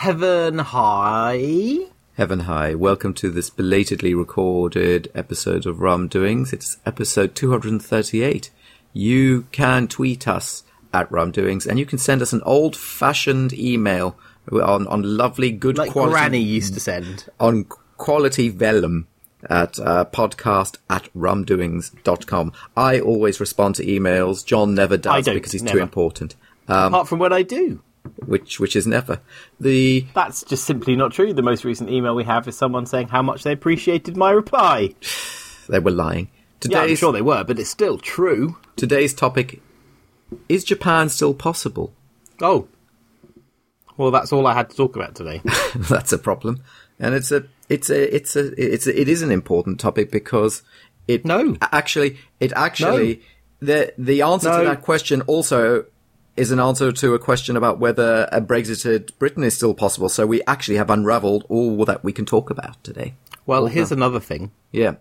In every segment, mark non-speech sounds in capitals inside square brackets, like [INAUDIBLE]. Heaven High. Heaven High, welcome to this belatedly recorded episode of Rum Doings. It's episode 238. You can tweet us at Rum Doings and you can send us an old fashioned email on, on lovely, good Like quality. Granny used to send. on quality vellum at uh, podcast at rumdoings.com. I always respond to emails. John never does don't, because he's never. too important, Um, Apart from when I do. which which is never. The That's just simply not true. The most recent email we have is someone saying how much they appreciated my reply. they were lying. Yeah, I'm Today's sure they were, but it's still true. today's topic is Japan still possible? [LAUGHS] Oh. Well, that's all I had to talk about today. That's a problem. And it's a it's a it's a it's a, it is an important topic because it No. a- actually it actually the the answer No. to that question also is an answer to a question about whether a Brexited Britain is still possible. So we actually have unravelled all that we can talk about today. Well, here's another thing. Yeah.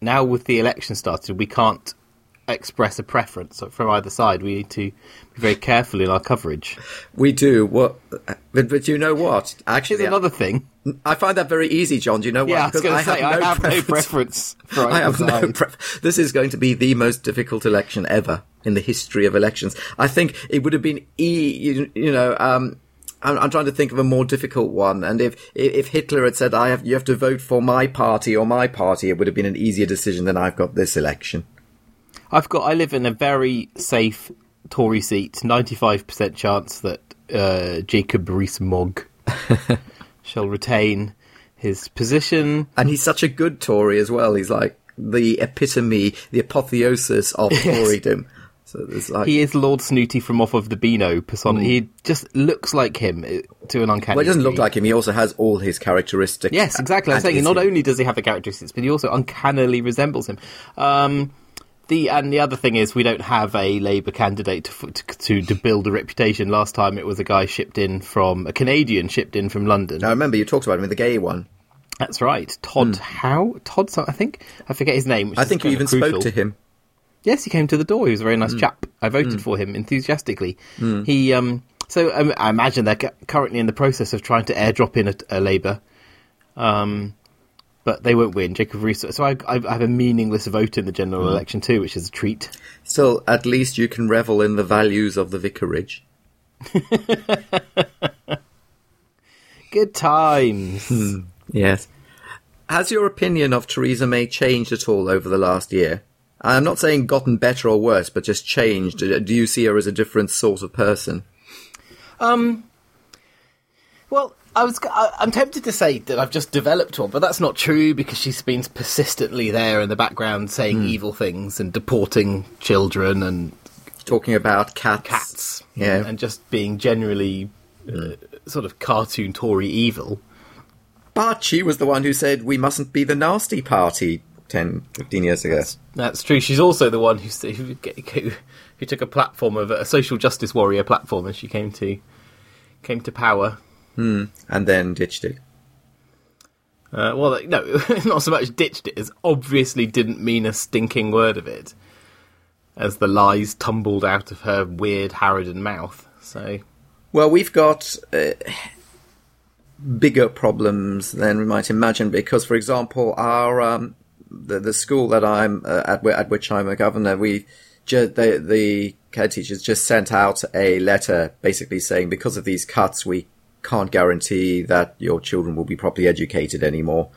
Now, with the election started, we can't express a preference from either side. We need to be very careful in our coverage. We do what, but, but you know what? Actually, Here's another thing. I find that very easy, John. Do you know why? Yeah, I was Because going to say, I have no [LAUGHS] [LAUGHS] preference for I have either no. side. Pre- this is going to be the most difficult election ever in the history of elections. I think it would have been, e- you, you know, um, I'm, I'm trying to think of a more difficult one. And if if if Hitler had said, "I have you have to vote for my party or my party," it would have been an easier decision than I've got this election. I've got. I live in a very safe Tory seat. Ninety-five percent chance that uh, Jacob [LAUGHS] Rees-Mogg shall retain his position. And he's such a good Tory as well. He's like the epitome, the [LAUGHS] apotheosis of Torydom. So there's like. He is Lord Snooty from off of the Beano persona. He just looks like him eh, to an uncanny. Well, he doesn't look degree. like him. He also has all his characteristics. Yes, exactly. I'm And saying is not him. only does he have the characteristics, but he also uncannily resembles him. Um, the and the other thing is we don't have a Labour candidate to, f- to to build a reputation. Last time it was a guy shipped in from a Canadian shipped in from London. Now, remember, you talked about him, the gay one. That's right, Todd Howe. Todd, some- I think I forget his name. Which Hmm. I is think you kind of even spoke crucial. to him. Hmm. Yes, he came to the door. He was a very nice chap. I voted for him enthusiastically. He um. So um, I imagine they're cu- currently in the process of trying to airdrop in a, a Labour, um, but they won't win. Jacob Rees. So I, I I have a meaningless vote in the Hmm. general election too, which is a treat. Still, at least you can revel in the values of the vicarage. Good times. Hmm. Yes. Has your opinion of Theresa May changed at all over the last year? I'm not saying gotten better or worse, but just changed. Uh, Do you see her as a different sort of person? Well, I was. I, I'm tempted to say that I've just developed one, but that's not true because she's been persistently there in the background saying evil things and deporting children and Talking about cats. cats, Yeah. and just being generally uh, sort of cartoon Tory evil. But she was the one who said we mustn't be the nasty party 10, 15 years ago. That's true. She's also the one who s- who, who, who took a platform of a social justice warrior platform, and she came to came to power. And then ditched it. Uh, well, like, no, [LAUGHS] not so much ditched it as obviously didn't mean a stinking word of it, as the lies tumbled out of her weird harridan mouth. So Well, we've got uh, bigger problems than we might imagine because, for example, our um, the, the school that I'm uh, at, whi- at which I'm a governor, we ju- the the care teachers just sent out a letter basically saying because of these cuts, we can't guarantee that your children will be properly educated anymore.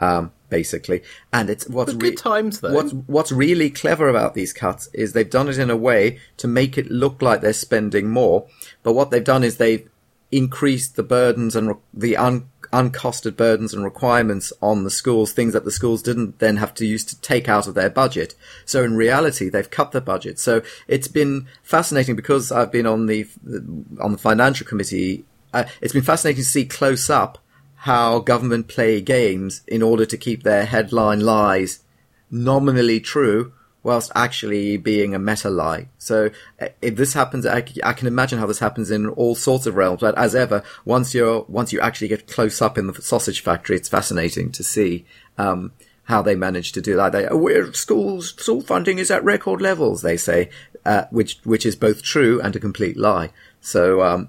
Um, basically, and it's what's But good times, though. What's what's really clever about these cuts is they've done it in a way to make it look like they're spending more. But what they've done is they've increased the burdens and re- the un- uncosted burdens and requirements on the schools, things that the schools didn't then have to use to take out of their budget. So in reality, they've cut their budget. So it's been fascinating because I've been on the on the financial committee. Uh, it's been fascinating to see close up how government play games in order to keep their headline lies nominally true whilst actually being a meta lie. So uh, if this happens, I, c- I can imagine how this happens in all sorts of realms. But as ever, once you're once you actually get close up in the sausage factory, it's fascinating to see um, how they manage to do that. They, "Oh, we're, schools school funding is at record levels, they say, uh, which which is both true and a complete lie. So um,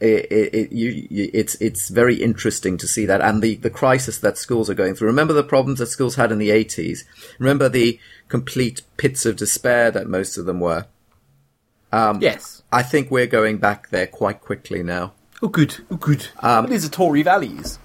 it, it, it, you, you, it's it's very interesting to see that and the, the crisis that schools are going through. Remember the problems that schools had in the 80s. Remember the complete pits of despair that most of them were. Um, yes. I think we're going back there quite quickly now. Oh, good. Oh, good. Um, These are Tory values.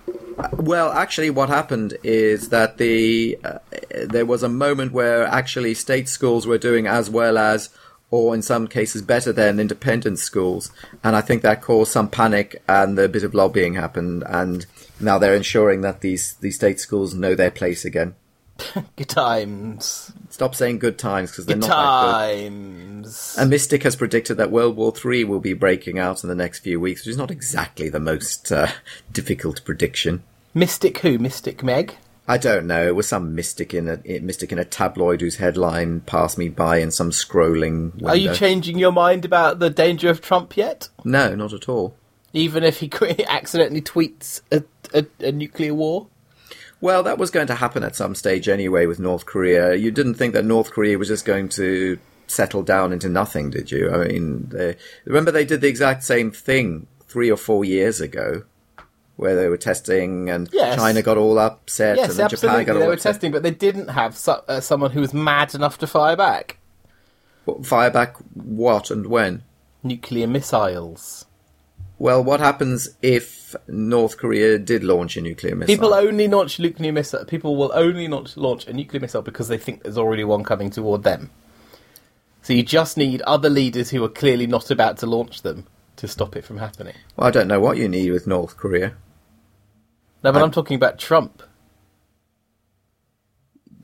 Well, actually, what happened is that the uh, there was a moment where actually state schools were doing as well as, or in some cases better than independent schools, and I think that caused some panic and a bit of lobbying happened, and now they're ensuring that these these state schools know their place again. Good times. Stop saying good times because they're Good not that good. times. And Mystic has predicted that World War III will be breaking out in the next few weeks, which is not exactly the most uh, difficult prediction. Mystic who? Mystic Meg? I don't know. It was some mystic in a it- mystic in a tabloid whose headline passed me by in some scrolling window. Are you changing your mind about the danger of Trump yet? no, not at all. Even if he [LAUGHS] qu- accidentally tweets a, a, a nuclear war? Well, that was going to happen at some stage anyway with North Korea. You didn't think that North Korea was just going to settle down into nothing, did you? I mean, they, remember they did the exact same thing three or four years ago, where they were testing and Yes. China got all upset and Yes, then Japan absolutely. got all They were upset. testing, but they didn't have su- uh, someone who was mad enough to fire back Fire back what and when? nuclear missiles. Well, what happens if North Korea did launch a nuclear missile? People only launch nuclear missile. People will only launch, launch a nuclear missile because they think there's already one coming toward them. So you just need other leaders who are clearly not about to launch them to stop it from happening. Well, I don't know what you need with North Korea. No, but I'm talking about Trump.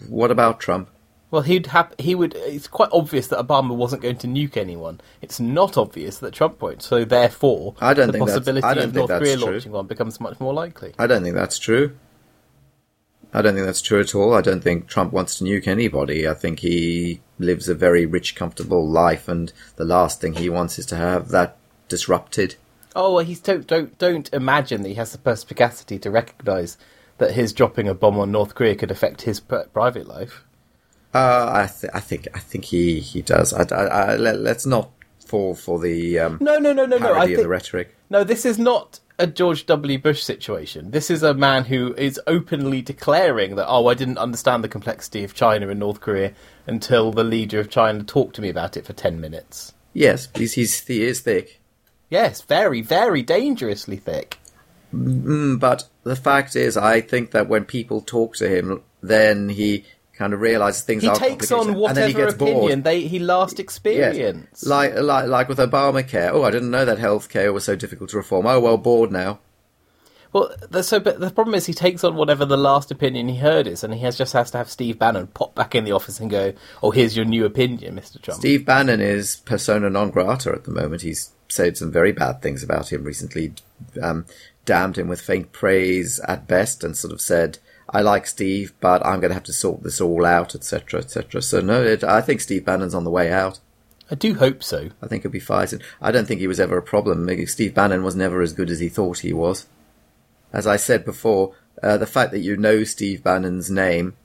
What about Trump? Well, he'd hap- he would. It's quite obvious that Obama wasn't going to nuke anyone. It's not obvious that Trump won't. So therefore, I don't the think that's- possibility I don't of North think that's Korea true. launching one becomes much more likely. I don't think that's true. I don't think that's true at all. I don't think Trump wants to nuke anybody. I think he lives a very rich, comfortable life, and the last thing he wants is to have that disrupted. Oh, well, he's don't don't don't imagine that he has the perspicacity to recognise that his dropping a bomb on North Korea could affect his pri- private life. Uh, I, th- I think I think he he does. I, I- I- let, us not fall for the um, No, no, no, no, no. parody I of the think rhetoric. no. This is not a George W. Bush situation. This is a man who is openly declaring that oh, I didn't understand the complexity of China and North Korea until the leader of China talked to me about it for ten minutes. Yes, he's, he's he is thick. Yes, very, very dangerously thick. But the fact is, I think that when people talk to him, then he kind of realizes things He are takes complicated, on and then he whatever gets bored. opinion they he last Yes. experienced. Like, like, like with Obamacare. Oh, I didn't know that healthcare was so difficult to reform. Oh, well, bored now. Well, the, so but the problem is he takes on whatever the last opinion he heard is, and he has just has to have Steve Bannon pop back in the office and go, "Oh, here's your new opinion, Mr. Trump." Steve Bannon is persona non grata at the moment. He's said some very bad things about him recently, um, damned him with faint praise at best, and sort of said, I like Steve, but I'm going to have to sort this all out, etc., etc. So, no, it, I think Steve Bannon's on the way out. I do hope so. I think he'll be fighting. I don't think he was ever a problem. Maybe Steve Bannon was never as good as he thought he was. As I said before, uh, the fact that you know Steve Bannon's name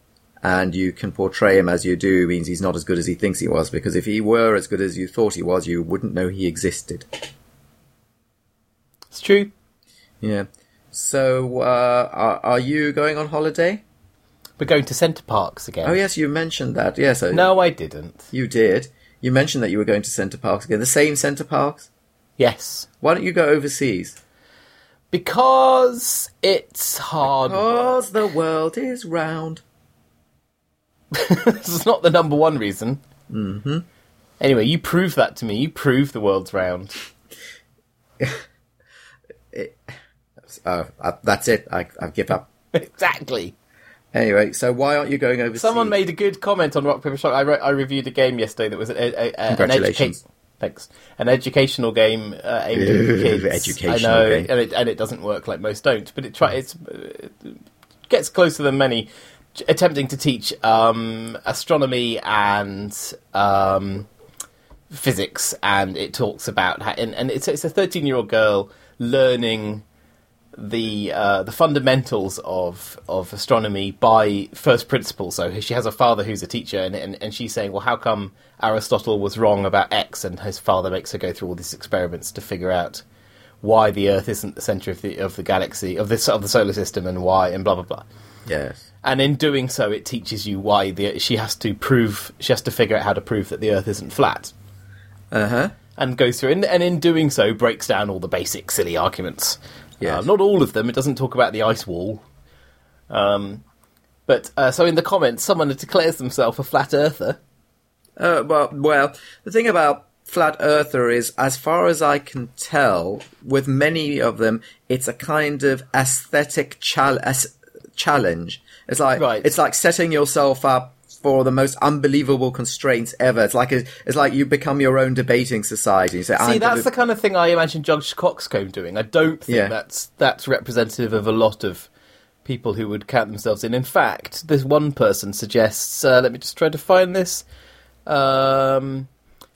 and you can portray him as you do means he's not as good as he thinks he was. Because if he were as good as you thought he was, you wouldn't know he existed. It's true. Yeah. So, uh, are, are you going on holiday? We're going to Centre Parks again. Oh yes, you mentioned that. Yes, I, No, I didn't. you did. You mentioned that you were going to Centre Parks again. The same Centre Parks. Yes, Why don't you go overseas? because it's hard. Cause the world is round. this is not the number one reason. Mm-hmm. Anyway, you prove that to me. You prove the world's round. [LAUGHS] Oh, I, that's it. I, I give up. exactly. Anyway, so why aren't you going overseas? Someone made a good comment on Rock Paper Shotgun. I, wrote, I reviewed a game yesterday that was an, a, a, a, an Congratulations. educa- thanks, an educational game uh, aimed Ooh, at kids. educational I know, game. and it, and it doesn't work like most don't, but it try it's, it gets closer than many t- attempting to teach um, astronomy and. Um, physics and it talks about how, and, and it's, it's a 13 year old girl learning the uh, the fundamentals of of astronomy by first principles. So she has a father who's a teacher, and, and and she's saying, well, how come Aristotle was wrong about X, and his father makes her go through all these experiments to figure out why the Earth isn't the center of the of the galaxy of this of the solar system and why and blah blah blah. Yes. And in doing so, it teaches you why the she has to prove she has to figure out how to prove that the Earth isn't flat Uh huh. and goes through and, and in doing so breaks down all the basic silly arguments. Yes. Um, not all of them. It doesn't talk about the ice wall. Um, but uh, so in the comments, someone declares themselves a flat earther. Uh, well, well, the thing about Flat Earther is, as far as I can tell, with many of them, it's a kind of aesthetic chal- as- challenge. It's like Right. it's like setting yourself up for the most unbelievable constraints ever. It's like a, it's like you become your own debating society. You say, See, I'm that's deli- the kind of thing I imagine Judge Coxcomb doing. I don't think Yeah. that's that's representative of a lot of people who would count themselves in. In fact, this one person suggests. Uh, let me just try to find this. Um,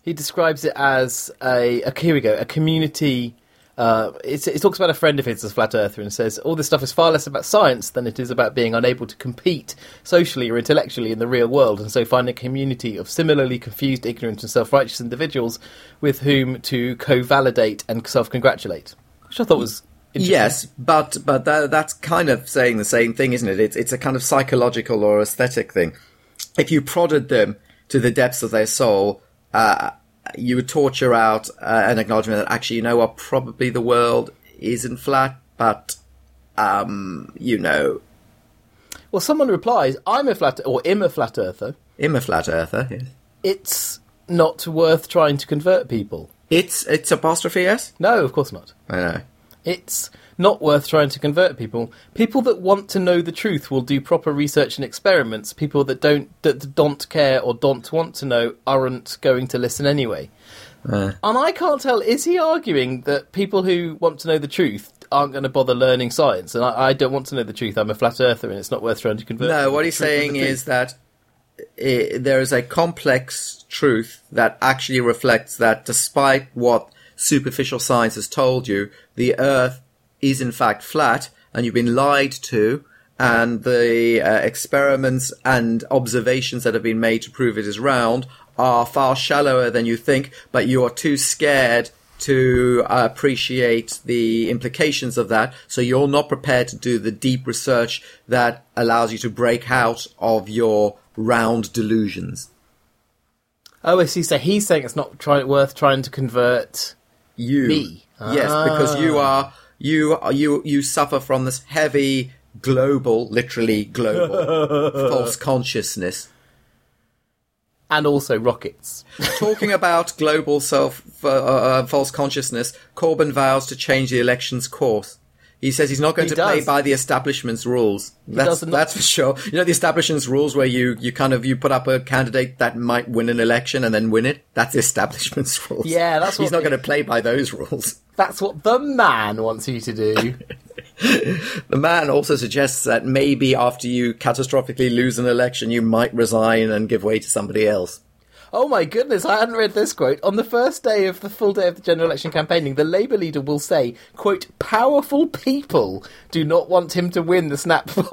he describes it as a, a here we go a community. Uh, it's, it talks about a friend of his as a flat earther and says all this stuff is far less about science than it is about being unable to compete socially or intellectually in the real world, and so finding a community of similarly confused, ignorant, and self-righteous individuals with whom to co-validate and self-congratulate, which I thought was interesting. Yes, but but that, that's kind of saying the same thing, isn't it? It's it's a kind of psychological or aesthetic thing. If you prodded them to the depths of their soul, uh, you would torture out uh, an acknowledgement that actually, you know what? Probably the world isn't flat, but um, you know, Well, someone replies, "I'm a flat or am a flat earther. I'm a flat earther. yes. It's not worth trying to convert people." It's it's apostrophe s. No, of course not. I know. It's not worth trying to convert people. People that want to know the truth will do proper research and experiments. People that don't that don't care or don't want to know aren't going to listen anyway. And I can't tell is he arguing that people who want to know the truth aren't going to bother learning science? And I, I don't want to know the truth. I'm a flat earther, and it's not worth trying to convert. No, people. what The he's truth saying the truth. is that uh, there is a complex truth that actually reflects that despite what superficial science has told you, the Earth is in fact flat and you've been lied to, and the uh, experiments and observations that have been made to prove it is round are far shallower than you think, but you are too scared to uh, appreciate the implications of that. So you're not prepared to do the deep research that allows you to break out of your round delusions. Oh, I see. So he's saying it's not try- worth trying to convert. You, Me. yes, because you are you are, you you suffer from this heavy global, literally global false consciousness. And also [LAUGHS] rockets. Talking about global self uh, uh, false consciousness, Corbyn vows to change the election's course. He says he's not going He to play does. by the establishment's rules. That's, does not- that's for sure. You know the establishment's rules where you, you kind of you put up a candidate that might win an election and then win it. That's the establishment's [LAUGHS] rules. Yeah, that's he's what not the- going to play by those rules. That's what the man wants you to do. The man also suggests that maybe after you catastrophically lose an election, you might resign and give way to somebody else. Oh my goodness, I hadn't read this quote. On the first day of the full day of the general election campaigning, the Labour leader will say, quote, powerful people do not want him to win the snap [LAUGHS] poll.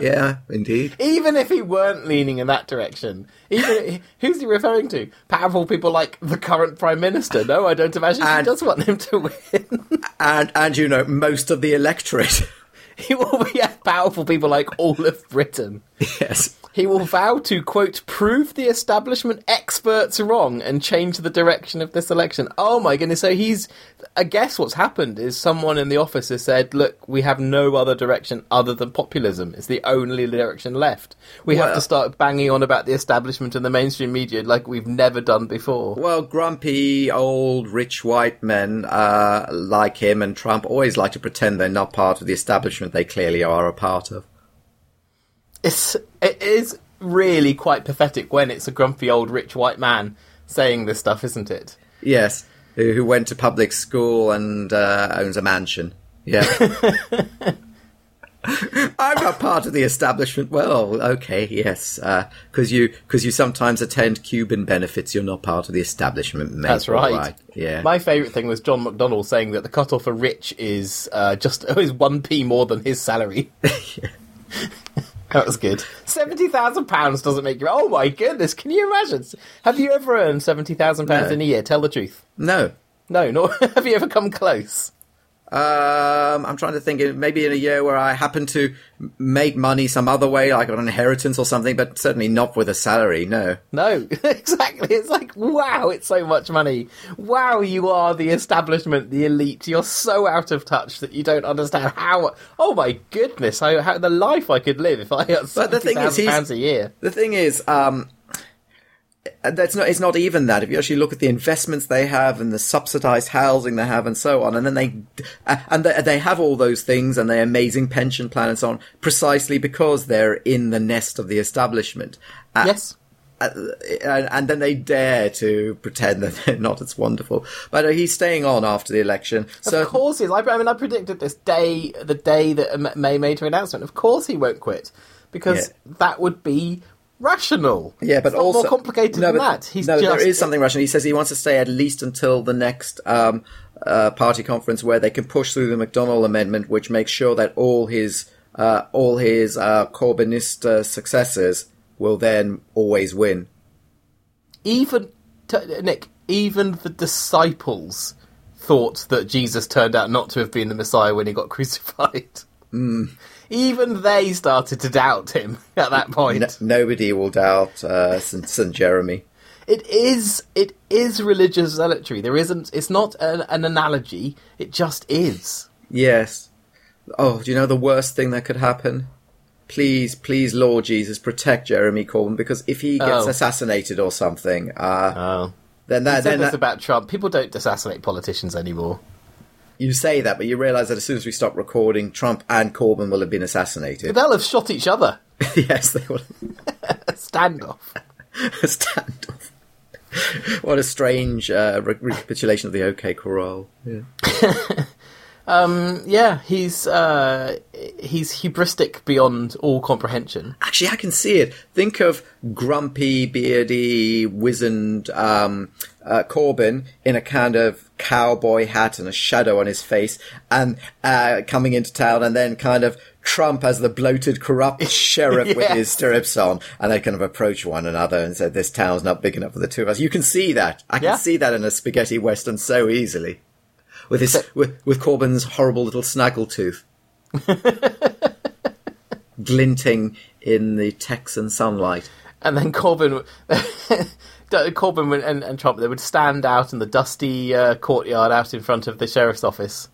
Yeah, indeed. Even if he weren't leaning in that direction, even who's he referring to? Powerful people like the current prime minister. No, I don't imagine he And- does want him to win. [LAUGHS] and and you know most of the electorate. [LAUGHS] he will be at powerful people like all of Britain. yes. He will vow to, quote, prove the establishment experts wrong and change the direction of this election. Oh my goodness. So he's, I guess what's happened is someone in the office has said, look, we have no other direction other than populism. It's the only direction left. We have Well- to start banging on about the establishment and the mainstream media like we've never done before. Well, grumpy old rich white men uh, like him and Trump always like to pretend they're not part of the establishment they clearly are a part of. It's, it is really quite pathetic when it's a grumpy old rich white man saying this stuff, isn't it? Yes, who, who went to public school and uh, owns a mansion. [LAUGHS] Yeah. I'm not part of the establishment. Well, okay, yes, because you because you sometimes attend Cuban benefits. You're not part of the establishment, mate. That's right. All Yeah. My favourite thing was John McDonnell saying that the cutoff [LAUGHS] [LAUGHS] for rich is uh, just is one p more than his salary. That was good. Seventy thousand pounds doesn't make you. Oh my goodness! Can you imagine? Have you ever earned seventy thousand pounds No. in a year? Tell the truth. No. No, nor [LAUGHS] have you ever come close. Um, I'm trying to think. it- Maybe in a year where I happen to m- make money some other way, like on an inheritance or something, but certainly not with a salary. No. No, [LAUGHS] exactly. It's like wow, it's so much money. Wow, you are the establishment, the elite. You're so out of touch that you don't understand how. Oh my goodness! How, how the life I could live if I had But the seventy thing is, thousand he's- pounds a year. The thing is, um, that's not. It's not even that. If you actually look at the investments they have and the subsidized housing they have and so on, and then they uh, and they, they have all those things and their amazing pension plan and so on, precisely because they're in the nest of the establishment. Uh, Yes. uh, and, and then they dare to pretend that [LAUGHS] they're not as wonderful. But uh, he's staying on after the election. so Of course he is. I, I mean, I predicted this day, the day that M- May made her announcement. Of course he won't quit because Yeah. that would be rational. Yeah, but It's not also more complicated No, than but- that. He's no, just there is something rational. He says he wants to stay at least until the next um, uh, party conference where they can push through the McDonnell Amendment, which makes sure that all his uh, all his uh, Corbynist uh, successors will then always win. even t- Nick, even the disciples thought that Jesus turned out not to have been the Messiah when he got [LAUGHS] crucified. Hmm. Even they started to doubt him [LAUGHS] at that point. N- nobody will doubt uh, St. St. Jeremy. It is it is religious zealotry. There isn't. It's not an, an analogy. It just is. Yes. Oh, do you know the worst thing that could happen? Please, please, Lord Jesus, protect Jeremy Corbyn because if he gets Oh. assassinated or something, uh, Oh. then that, said then this that, about Trump. People don't assassinate politicians anymore. you say that, but you realise that as soon as we stop recording, Trump and Corbyn will have been assassinated. They'll have shot each other. [LAUGHS] [LAUGHS] yes, they will Standoff. stand. what a strange uh, re- recapitulation of the OK Corral. Yeah. Yeah, he's uh, he's hubristic beyond all comprehension. Actually, I can see it. Think of grumpy, beardy, wizened um, uh, Corbyn in a kind of cowboy hat and a shadow on his face, and uh, coming into town, and then kind of Trump as the bloated, corrupt sheriff with Yes. his stirrups on, and they kind of approach one another and say, "This town's not big enough for the two of us." You can see that. I can Yeah. see that in a spaghetti western so easily, with his with, with Corbyn's horrible [LAUGHS] little snaggletooth glinting in the Texan sunlight. And then Corbyn, [LAUGHS] Corbyn and, and Trump, they would stand out in the dusty uh, courtyard out in front of the sheriff's office.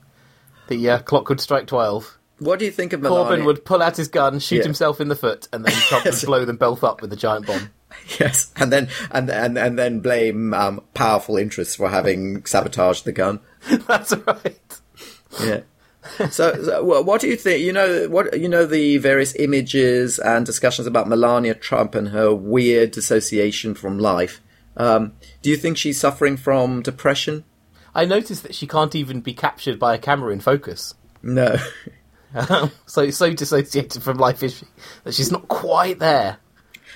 The uh, clock would strike twelve. What do you think of Melania? Corbyn would pull out his gun, shoot Yeah. himself in the foot, and then Trump [LAUGHS] would blow them both up with a giant bomb. [LAUGHS] yes, and then and and and then blame um, powerful interests for having sabotaged the gun. [LAUGHS] That's right. Yeah. [LAUGHS] so, so wha- what do you think? You know what you know the various images and discussions about Melania Trump and her weird dissociation from life. Um, do you think she's suffering from depression? I noticed that she can't even be captured by a camera in focus. [LAUGHS] No. [LAUGHS] so so dissociated from life is she that she's not quite there.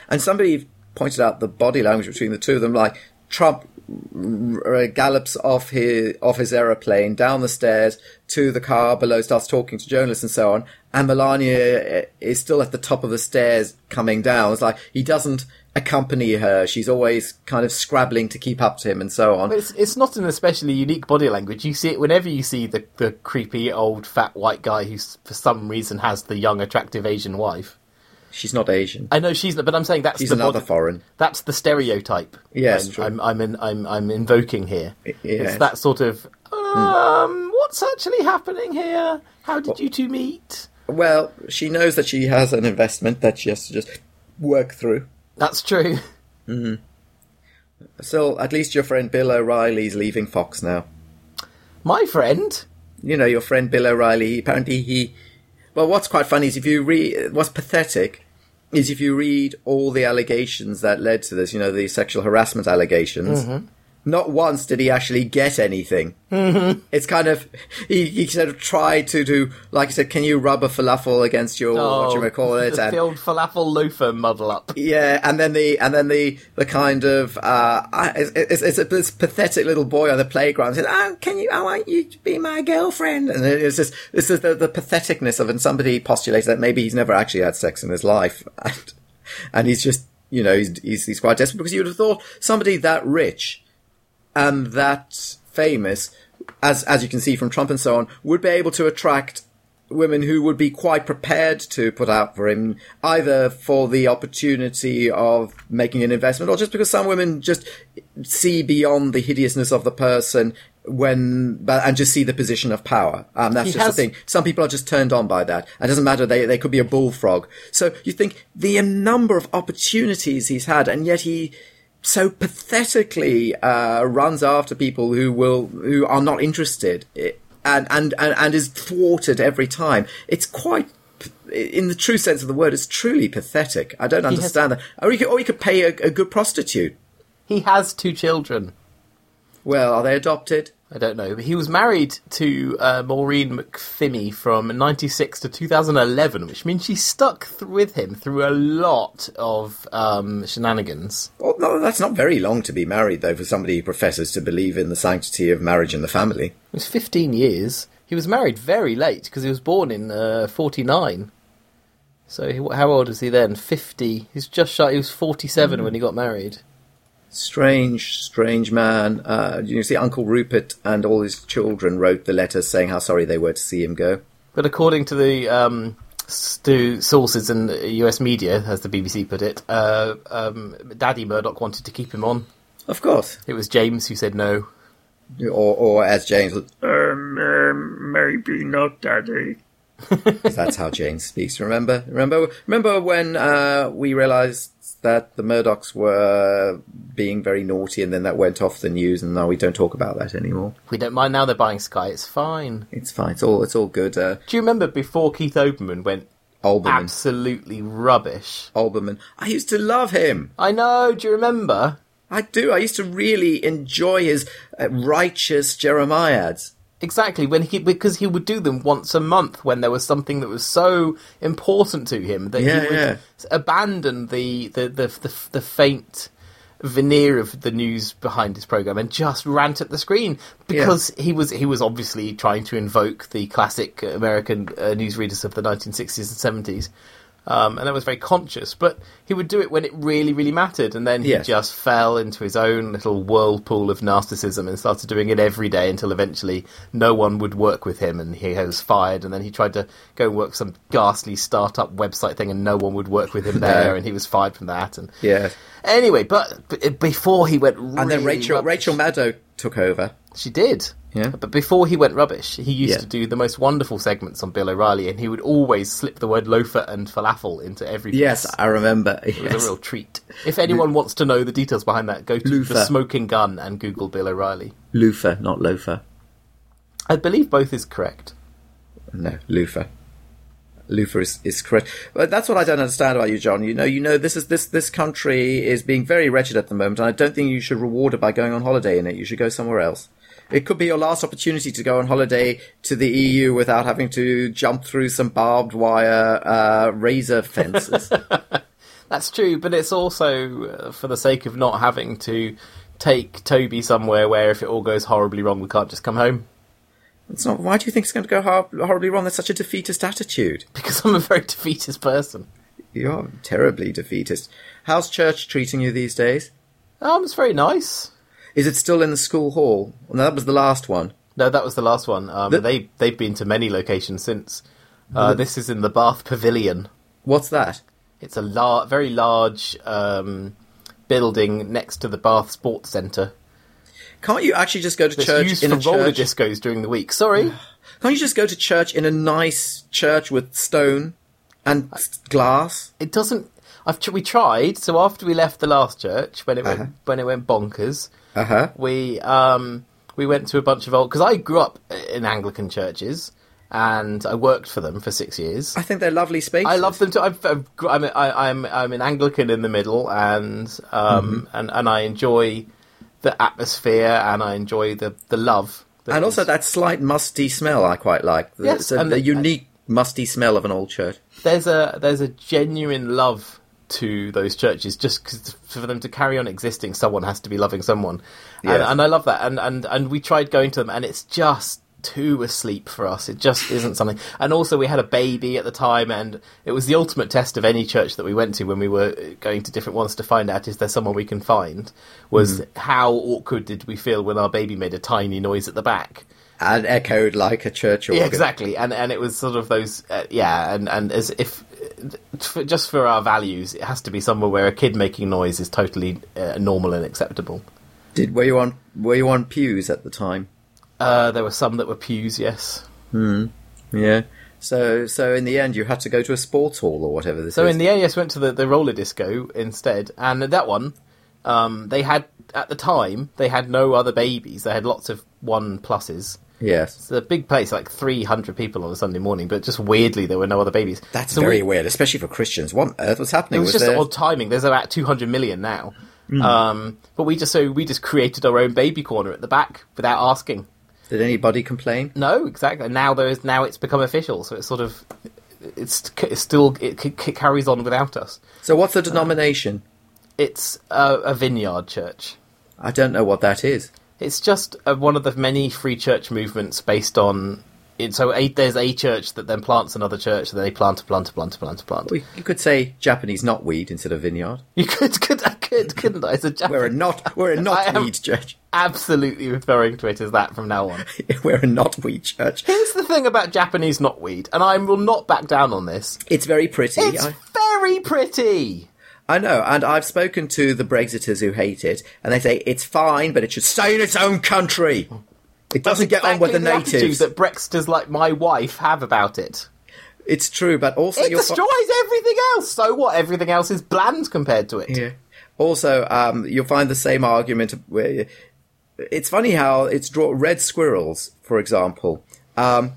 And somebody pointed out the body language between the two of them. Like Trump r- r- gallops off his off his aeroplane down the stairs to the car below, starts talking to journalists and so on. And Melania eh, is still at the top of the stairs coming down. It's like he doesn't accompany her. She's always kind of scrabbling to keep up to him and so on. But it's it's not an especially unique body language. You see it whenever you see the the creepy old fat white guy who s- for some reason has the young attractive Asian wife. She's not Asian. I know she's not, but I'm saying that's She's the another body- foreign. That's the stereotype. Yes, I'm true. I'm I'm, in, I'm I'm invoking here. yes. Hmm. It's that sort of um, what's actually happening here? How did you two meet? Well, she knows that she has an investment that she has to just work through. That's true. [LAUGHS] So at least your friend Bill O'Reilly's leaving Fox now. My friend. you know, your friend Bill O'Reilly, he- apparently he. Well, what's quite funny is if you read. What's pathetic is if you read all the allegations that led to this, you know, the sexual harassment allegations, not once did he actually get anything. It's kind of he, he sort of tried to do, like I said, can you rub a falafel against your what you may call it? Oh, [LAUGHS] the, And- the old falafel loafer muddle up. yeah, and then the and then the the kind of uh, I- it's, it's, it's this pathetic little boy on the playground says, "Oh, can you? I want you to be my girlfriend." And then it's just this is the, the patheticness of, and somebody postulates that maybe he's never actually had sex in his life, [LAUGHS] and and he's just you know he's he's, he's quite desperate because you would have thought somebody that rich and that famous, as as you can see from Trump and so on, would be able to attract women who would be quite prepared to put out for him, either for the opportunity of making an investment, or just because some women just see beyond the hideousness of the person when but- and just see the position of power. Um, that's He just has- the thing. Some people are just turned on by that. It doesn't matter. They they could be a bullfrog. So you think the number of opportunities he's had, and yet he so pathetically uh, runs after people who will who are not interested i- and, and and and is thwarted every time it's quite p- in the true sense of the word it's truly pathetic i don't understand that or you could, or you could pay a, a good prostitute He has two children. well are they adopted I don't know. But he was married to uh, Maureen McPhimmy from 96 to 2011, which means she stuck th- with him through a lot of um, shenanigans. well no, that's not very long to be married though for somebody who professes to believe in the sanctity of marriage and the family It was 15 years. He was married very late because he was born in uh, 49. So he- how old was he then? 50. He's just shy. He was 47 when he got married. strange, strange man. Uh, you see, Uncle Rupert and all his children wrote the letter saying how sorry they were to see him go. But according to the um, s- to sources in the US media, as the BBC put it, uh, um, Daddy Murdoch wanted to keep him on. Of course, It was James who said no. or, or as James, Um, um, maybe not, Daddy. that's how James speaks. Remember, remember, remember when uh, we realised that the Murdochs were being very naughty, and then that went off the news, and now we don't talk about that anymore. We don't mind now they're buying Sky, it's fine. It's fine. It's all. It's all good. Uh, Do you remember before Keith Olbermann went Olbermann. absolutely rubbish? Olbermann. I used to love him. I know, do you remember? I do. I used to really enjoy his uh, righteous Jeremiah ads. Exactly, when he because he would do them once a month when there was something that was so important to him that Yeah, he would yeah. abandon the the, the the the faint veneer of the news behind his program and just rant at the screen because he was he was obviously trying to invoke the classic American uh, newsreaders of the 1960s and 70s. Um, and that was very conscious, but he would do it when it really, really mattered, and then he Yes. just just fell into his own little whirlpool of narcissism and started doing it every day until eventually no one would work with him and he was fired. And then he tried to go and work some ghastly startup website thing and no one would work [LAUGHS] with him there and he was fired from that. And Yeah. Anyway, but b- before he went, And then Rachel Rachel Maddow took over. she did. Yeah. But before he went rubbish, he used Yeah. to do the most wonderful segments on Bill O'Reilly, and he would always slip the word loafer and falafel into every. Yes, piece. I remember. It was Yes. a real treat. If anyone wants to know the details behind that, go to Luther. the Smoking Gun and Google Bill O'Reilly. Loofah, not loafer. I believe both is correct. No, loofah. Loofah is, is correct. But that's what I don't understand about you, John. You know, you know, this is this this country is being very wretched at the moment, and I don't think you should reward it by going on holiday in it. You should go somewhere else. It could be your last opportunity to go on holiday to the EU without having to jump through some barbed wire uh, razor fences. [LAUGHS] That's true, but it's also uh, for the sake of not having to take Toby somewhere where if it all goes horribly wrong, we can't just come home. [LAUGHS] it's not. Why do you think it's going to go hor- horribly wrong? That's such a defeatist attitude. Because I'm a very [LAUGHS] defeatist person. You're terribly defeatist. How's church treating you these days? Um, it's very nice. Is it still in the school hall? Well, that was the last one. No, that was the last one. Um, The- they they've been to many locations since. Uh, this is in the Bath Pavilion. What's that? It's a lar- very large um, building next to the Bath Sports Centre. Can't you actually just go to That's church used in for a roller church? discos during the week. Sorry, Can't you just go to church in a nice church with stone and s- glass? it doesn't. I've tr- we tried. So after we left the last church, when it Uh-huh. went when it went bonkers, Uh huh. we um we went to a bunch of old because I grew up in Anglican churches and I worked for them for six years. I think they're lovely spaces. I love them too. I've, I've, gr- I'm, Mm-hmm. I- I'm, I'm an Anglican in the middle, and um, and and I enjoy the atmosphere and I enjoy the the love. that and also is- that slight musty smell I quite like. The, Yes, so and the the- unique musty smell of an old church. there's a there's a genuine love to those churches just 'cause for them to carry on existing someone has to be loving someone Yes. and, and i love that and, and and we tried going to them and it's just too asleep for us it just isn't something and also we had a baby at the time and it was the ultimate test of any church that we went to when we were going to different ones to find out is there someone we can find was how awkward did we feel when our baby made a tiny noise at the back And echoed like a church organ. yeah, exactly, and and it was sort of those, uh, yeah, and and as if for, just for our values, it has to be somewhere where a kid making noise is totally uh, normal and acceptable. Did were you on were you on pews at the time? Uh, there were some that were pews, yes. Yeah. So so in the end you had to go to a sports hall or whatever this So is. in the AES went to the, the roller disco instead, and that one, um, they had at the time they had no other babies. They had lots of one pluses. yes. It's a big place, like three hundred people on a Sunday morning, but just weirdly there were no other babies. That's So we- very weird, especially for Christians. What on earth was happening? It was, just there- odd timing. There's about 200 million now. Hmm. Um, but we just so we just created our own baby corner at the back without asking. Did anybody complain? No, exactly. Now there is now it's become official, so it's sort of it's it still it, c c- carries on without us. So what's the denomination? It's a, a vineyard church. I don't know what that is. It's just uh one of the many free church movements based on. It, so a, there's a church that then plants another church, and then they plant a plant a plant a plant a plant. We, you could say Japanese knotweed instead of vineyard. [LAUGHS] You could, could I could couldn't I? It's a We're a Japanese, not we're a [LAUGHS] I am- knotweed church. [LAUGHS] absolutely referring to it as that from now on. we're a knotweed church. Here's the thing about Japanese knotweed, and I will not back down on this. It's very pretty. It's I, very pretty. I know, and I've spoken to the Brexiters who hate it, and they say it's fine, but it should stay in its own country. It doesn't get on with the Exactly attitude natives. that Brexiters like my wife have about it. It's true, but also It you'll fi- destroys everything else. So what? Everything else is bland compared to it. Yeah. Also, um, you'll find the same argument where it's funny how it's draw red squirrels, for example. Um,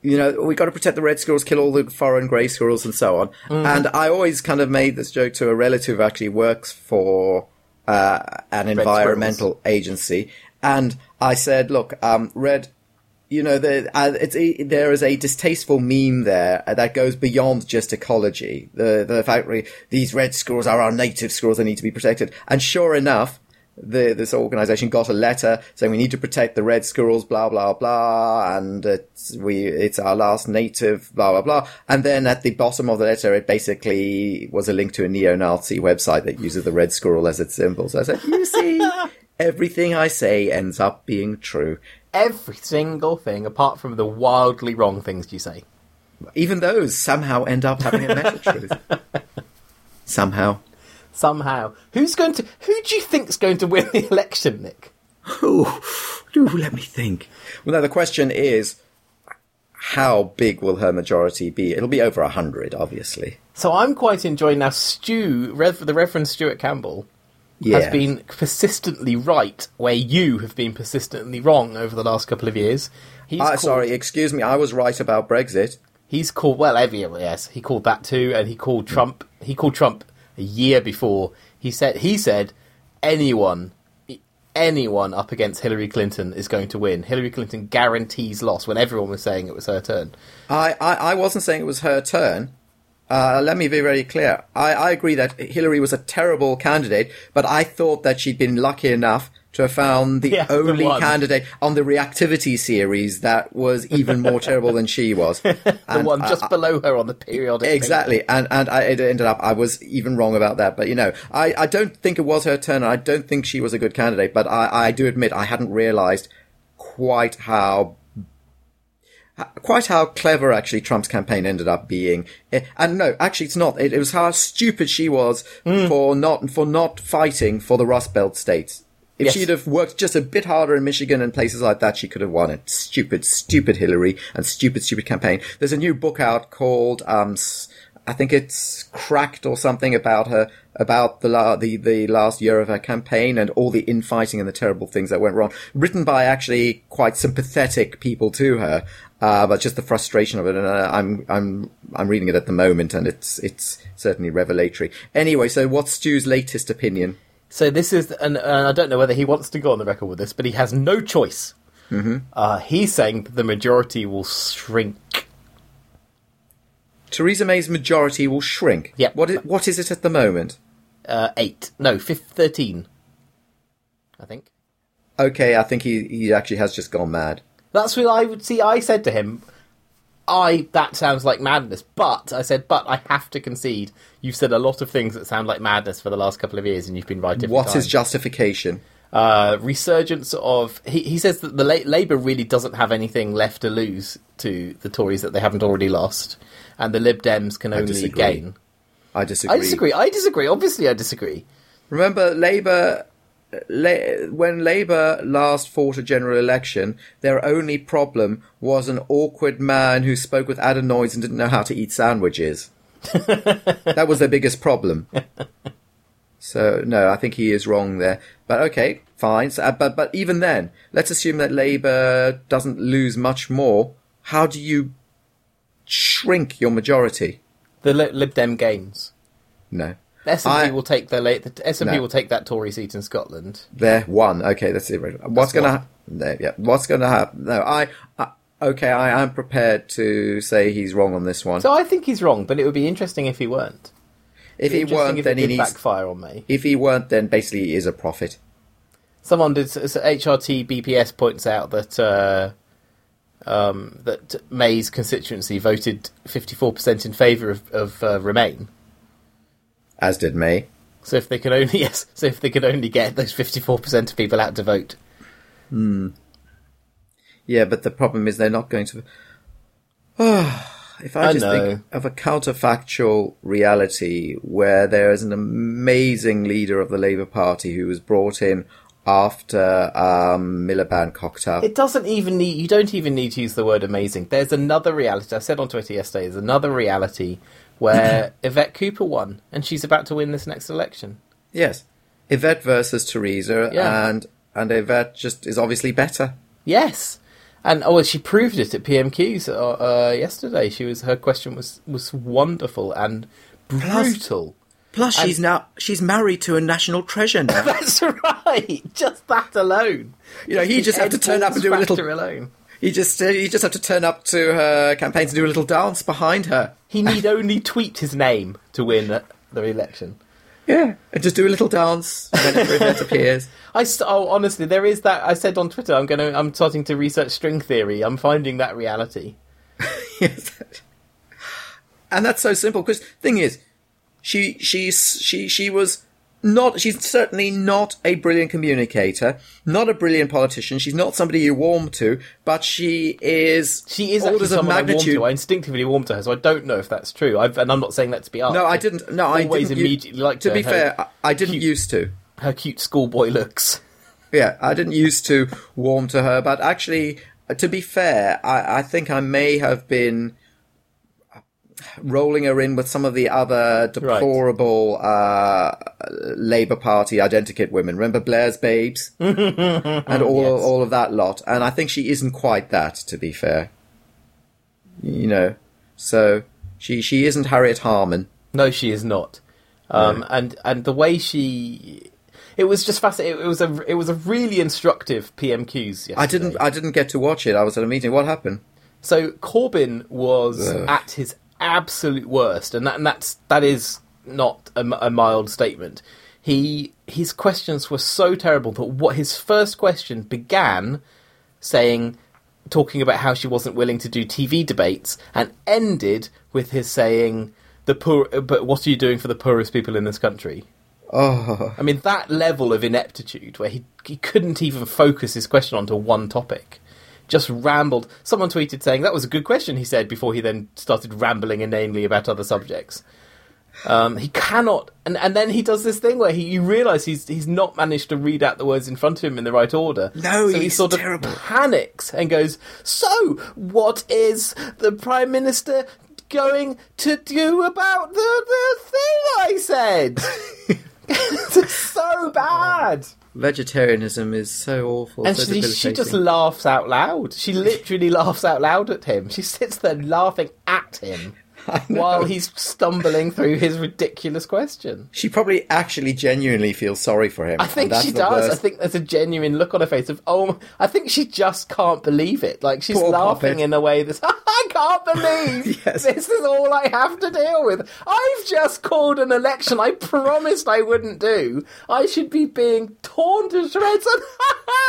you know, we got to protect the red squirrels, kill all the foreign grey squirrels, and so on. And I always kind of made this joke to a relative who actually works for uh, an environmental agency, and I said, "Look, um, red." You know, the, uh, it's a, there is a distasteful meme there uh, that goes beyond just ecology. The the fact we- these red squirrels are our native squirrels; they need to be protected. And sure enough, the, this organisation got a letter saying we need to protect the red squirrels, blah blah blah, and it's, we it's our last native, blah blah blah. And then at the bottom of the letter, it basically was a link to a neo-Nazi website that uses the red squirrel as its symbol. So I said, you see, everything I say ends up being true, Every single thing, apart from the wildly wrong things you say. even those somehow end up having [LAUGHS] a meta truth. somehow, Somehow, who's going to? Who do you think's going to win the [LAUGHS] election, Nick? ooh, ooh, let me think. Well, now the question is. How big will her majority be? It'll be over a hundred, obviously. So I'm quite enjoying now. Stu, Rev, the Reverend Stuart Campbell, Yeah. has been persistently right where you have been persistently wrong over the last couple of years. He's Ah, called, Sorry, excuse me. I was right about Brexit. He's called well, every yes, he called that too, and he called Hmm. Trump. He called Trump a year before. He said he said anyone. Anyone up against Hillary Clinton is going to win. Hillary Clinton guarantees loss when everyone was saying it was her turn. I, I, I wasn't saying it was her turn. Uh, let me be very clear. I, I agree that Hillary was a terrible candidate, but I thought that she'd been lucky enough to have found [LAUGHS] the Yeah, the only one. candidate on the reactivity series that was even more terrible than she was. [LAUGHS] The one just below her on the periodic. table. Exactly, and and I, it ended up I was even wrong about that. But you know, I, I don't think it was her turn. and I don't think she was a good candidate. But I, I do admit I hadn't realised quite how quite how clever actually Trump's campaign ended up being. Eh, And no, actually it's not. It, it was how stupid she was for not for not fighting for the Rust Belt states. If Yes. she'd have worked just a bit harder in Michigan and places like that, she could have won it. Stupid, stupid Hillary and stupid, stupid campaign. There's a new book out called, um, s- I think it's Cracked or something about her, about the, la- the, the last year of her campaign and all the infighting and the terrible things that went wrong. Written by actually quite sympathetic people to her, uh, but just the frustration of it. And uh, I'm, I'm, I'm reading it at the moment and it's, it's certainly revelatory. Anyway, so what's Stu's latest opinion? So this is, and, and I don't know whether he wants to go on the record with this, but he has no choice. Mm-hmm. Uh, he's saying that the majority will shrink. Theresa May's majority will shrink. Yeah. What is, what is it at the moment? Uh, eight, no, fif- thirteen. I think Okay, I think he, he actually has just gone mad. that's what I would see. I said to him, "I that sounds like madness," but I said, "But I have to concede. You've said a lot of things that sound like madness for the last couple of years, and you've been right every What is time." justification? uh, resurgence of he, he says that the La- Labour really doesn't have anything left to lose to the Tories that they haven't already lost, and the Lib Dems can only disagree. gain. I disagree. I disagree. I disagree. Obviously, I disagree. Remember, Labour. La- when Labour last fought a general election, their only problem was an awkward man who spoke with adenoids and didn't know how to eat sandwiches. that was their biggest problem. So no, I think he is wrong there. But okay, fine. So, uh, but but even then, let's assume that Labour doesn't lose much more. How do you shrink your majority? The Li- Lib Dem gains. No, The SNP I- will take their late. The t- SNP No. will take that Tory seat in Scotland. There, one. Okay, that's irrelevant. What's That's gonna? Ha- no, yeah. What's gonna happen? No, I, I. Okay, I am prepared to say he's wrong on this one. So I think he's wrong, but it would be interesting if he weren't. if he Interesting weren't, if then it he did needs. backfire on me. If he weren't, then basically he is a prophet. Someone did. So HRT BPS points out that uh, um, that May's constituency voted fifty four percent in favour of, of uh, Remain. As did May. So if they could only [LAUGHS] yes, so if they could only get those fifty four percent of people out to vote, Yeah, but the problem is they're not going to. [SIGHS] if I, I just know. think of a counterfactual reality where there is an amazing leader of the Labour Party who was brought in after um, Miliband cocked up. it doesn't even need. You don't even need to use the word amazing. There's another reality. I said on Twitter yesterday. There's another reality where [LAUGHS] Yvette Cooper won, and she's about to win this next election. Yes, Yvette versus Teresa, Yeah. and and Yvette just is obviously better. Yes, and oh, well, she proved it at PMQs uh, uh, yesterday. She was her question was was wonderful and brutal. Plus, she's now she's married to a national treasure [LAUGHS] now. That's [LAUGHS] right. Just that alone. You know, he just had to turn up and do a little- alone. you just you just have to turn up to her campaign to do a little dance behind her. He need only tweet his name to win the, the election. Yeah, and just do a little dance whenever Yvette appears. I st- oh, honestly, there is that. I said on Twitter, I'm going to. I'm starting to research string theory. I'm finding that reality. Yes. and that's so simple because thing is, she she's she she was not she's certainly not a brilliant communicator, not a brilliant politician. She's not somebody you warm to, but she is She is actually someone I warm to. I instinctively warm to her, so I don't know if that's true. I've, and I'm not saying that to be asked. no, I didn't. No, I Always didn't u- immediately liked To her, be her- fair, I, I didn't cute. used to. Her cute schoolboy looks. Yeah, I didn't used to warm to her, but actually, uh, to be fair, I, I think I may have been uh, rolling her in with some of the other deplorable uh, Labour Party identikit women. Remember Blair's Babes and all all of that lot. And I think she isn't quite that, to be fair. You know, so she she isn't Harriet Harman. No, she is not. Um, And and the way she, it was just fascinating. It was a it was a really instructive PMQs. Yesterday. I didn't I didn't get to watch it. I was at a meeting. What happened? So Corbyn was at his absolute worst, and that and that's that is not a, m- a mild statement. He his questions were so terrible that what his first question began saying, talking about how she wasn't willing to do TV debates, and ended with his saying, "The poor, but what are you doing for the poorest people in this country?" Oh, I mean, that level of ineptitude where he, he couldn't even focus his question onto one topic, just rambled. Someone tweeted saying, That was a good question, he said, before he then started rambling inanely about other subjects. Um, he cannot, and, and then he does this thing where he, you realise he's he's not managed to read out the words in front of him in the right order. so No, he he's sort terrible. of panics and goes, "So, what is the prime minister going to do about the, the thing I said?" [LAUGHS] [LAUGHS] it's so bad. vegetarianism is so awful. And so she, she just debilitating. laughs out loud. She literally laughs out loud at him. She sits there laughing at him. while he's stumbling through his ridiculous question. She probably actually genuinely feels sorry for him. I think she does. I think there's a genuine look on her face of oh, my- I think she just can't believe it. Like she's Poor laughing puppet. in a way that's [LAUGHS] I can't believe [LAUGHS] Yes. this is all I have to deal with. I've just called an election. I promised I wouldn't do. I should be being torn to shreds. [LAUGHS]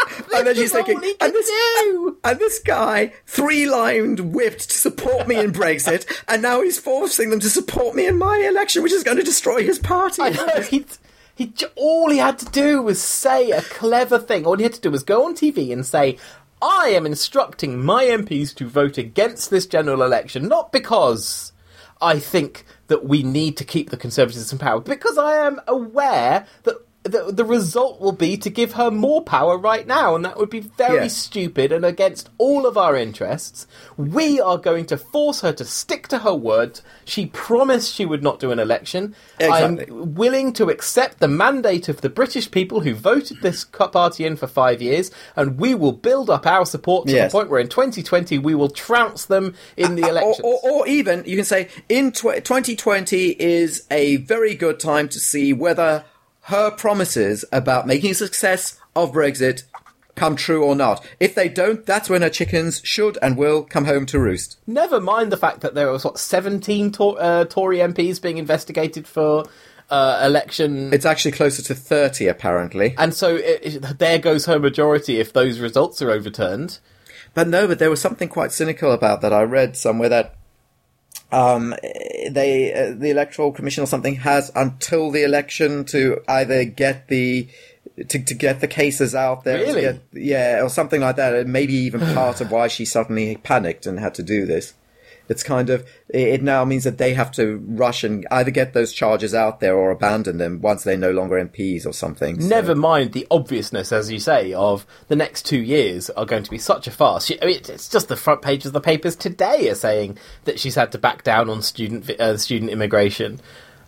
And, this and then she's is thinking, all he can and this, do. [LAUGHS] and this guy three-lined whipped to support me in Brexit, and now he's forcing them to support me in my election, which is going to destroy his party. I know [LAUGHS] he, he j- all he had to do was say a clever thing. All he had to do was go on TV and say, "I am instructing my MPs to vote against this general election, not because I think that we need to keep the Conservatives in power, but because I am aware that." The, the result will be to give her more power right now, and that would be very Yeah. stupid and against all of our interests. We are going to force her to stick to her word. She promised she would not do an election. Exactly. I'm willing to accept the mandate of the British people who voted this co- party in for five years, and we will build up our support to Yes. the point where in 2020 we will trounce them in the or, elections. or, or even you can say in tw- 2020 is a very good time to see whether her promises about making a success of Brexit come true or not. If they don't, that's when her chickens should and will come home to roost. Never mind the fact that there was what 17 Tor- uh, Tory MPs being investigated for uh, election It's actually closer to 30 apparently. And so it, it- there goes her majority if those results are overturned. But no, but there was something quite cynical about that. I read somewhere that um, eh, they, uh, the electoral commission or something, has until the election to either get the to, to get the cases out there, to Really? get- yeah, or something like that. And maybe even part of why she suddenly panicked and had to do this. It's kind of it it now means that they have to rush and either get those charges out there or abandon them once they're no longer MPs or something. So- Never mind the obviousness, as you say, of the next two years are going to be such a farce. She, I mean, it's just the front pages of the papers today are saying that she's had to back down on student vi- uh, student immigration.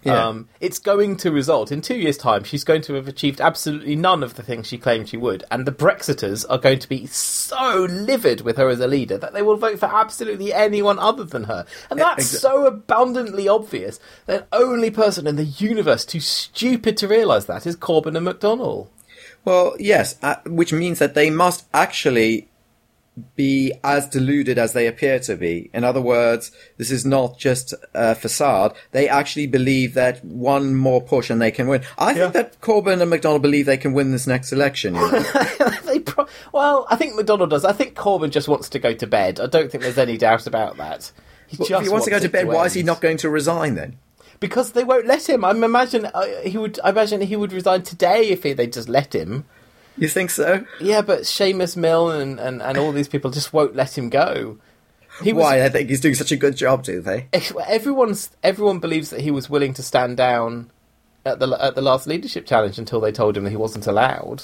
Yeah. Um, it's going to result in two years' time. She's going to have achieved absolutely none of the things she claimed she would, and the Brexiters are going to be so livid with her as a leader that they will vote for absolutely anyone other than her. And that's exa- so abundantly obvious. The only person in the universe too stupid to realise that is Corbyn and [LAUGHS] McDonnell. Well, yes, uh, which means that they must actually be as deluded as they appear to be. In other words, this is not just a facade. They actually believe that one more push and they can win. I think Yeah. that Corbyn and McDonald believe they can win this next [LAUGHS] election. you know. they pro- well, I think McDonnell does. I think Corbyn just wants to go to bed. I don't think there's any doubt about that. He if he wants to go wants to it bed, why is he end. not going to resign then? Because they won't let him. I'm imagine uh, he would. I imagine he would resign today if he, they just let him. You think so? Yeah, but Seamus Mill and, and, and all these people just won't let him go. He was Why? I think he's doing such a good job, do they? everyone's everyone believes that he was willing to stand down at the at the last leadership challenge until they told him that he wasn't allowed.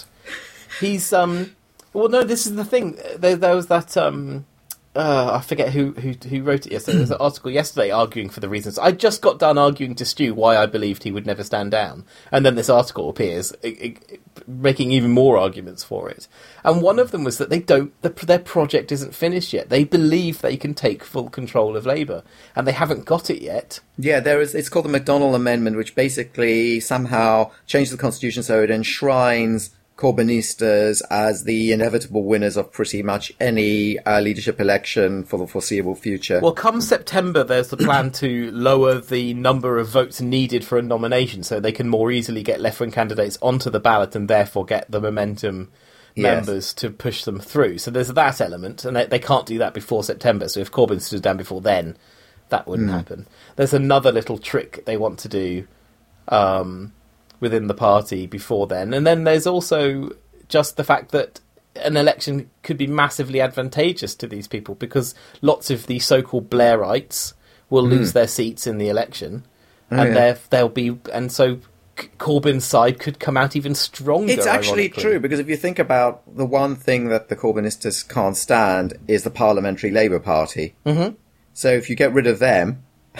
He's um well no this is the thing there, there was that um uh, I forget who, who who wrote it yesterday. There was an article yesterday arguing for the reasons. I just got done arguing to Stu why I believed he would never stand down, and then this article appears, i i making even more arguments for it. And one of them was that they don't the, their project isn't finished yet. They believe they can take full control of Labour, and they haven't got it yet. Yeah, there is. It's called the McDonnell Amendment, which basically somehow changes the constitution so it enshrines Corbynistas as the inevitable winners of pretty much any uh, leadership election for the foreseeable future. Well, come September, there's the plan to lower the number of votes needed for a nomination so they can more easily get left wing candidates onto the ballot and therefore get the momentum Yes. members to push them through. So there's that element, and they, they can't do that before September. So if Corbyn stood down before then, that wouldn't happen. There's another little trick they want to do um, within the party before then. And then there's also just the fact that an election could be massively advantageous to these people because lots of the so-called Blairites will lose their seats in the election, and Hmm. Oh, yeah. there they'll be and so. C- Corbyn's side could come out even stronger. it's actually ironically. true because if you think about the one thing that the Corbynistas can't stand is the Parliamentary Labour Party. Mm-hmm. So if you get rid of them, [LAUGHS]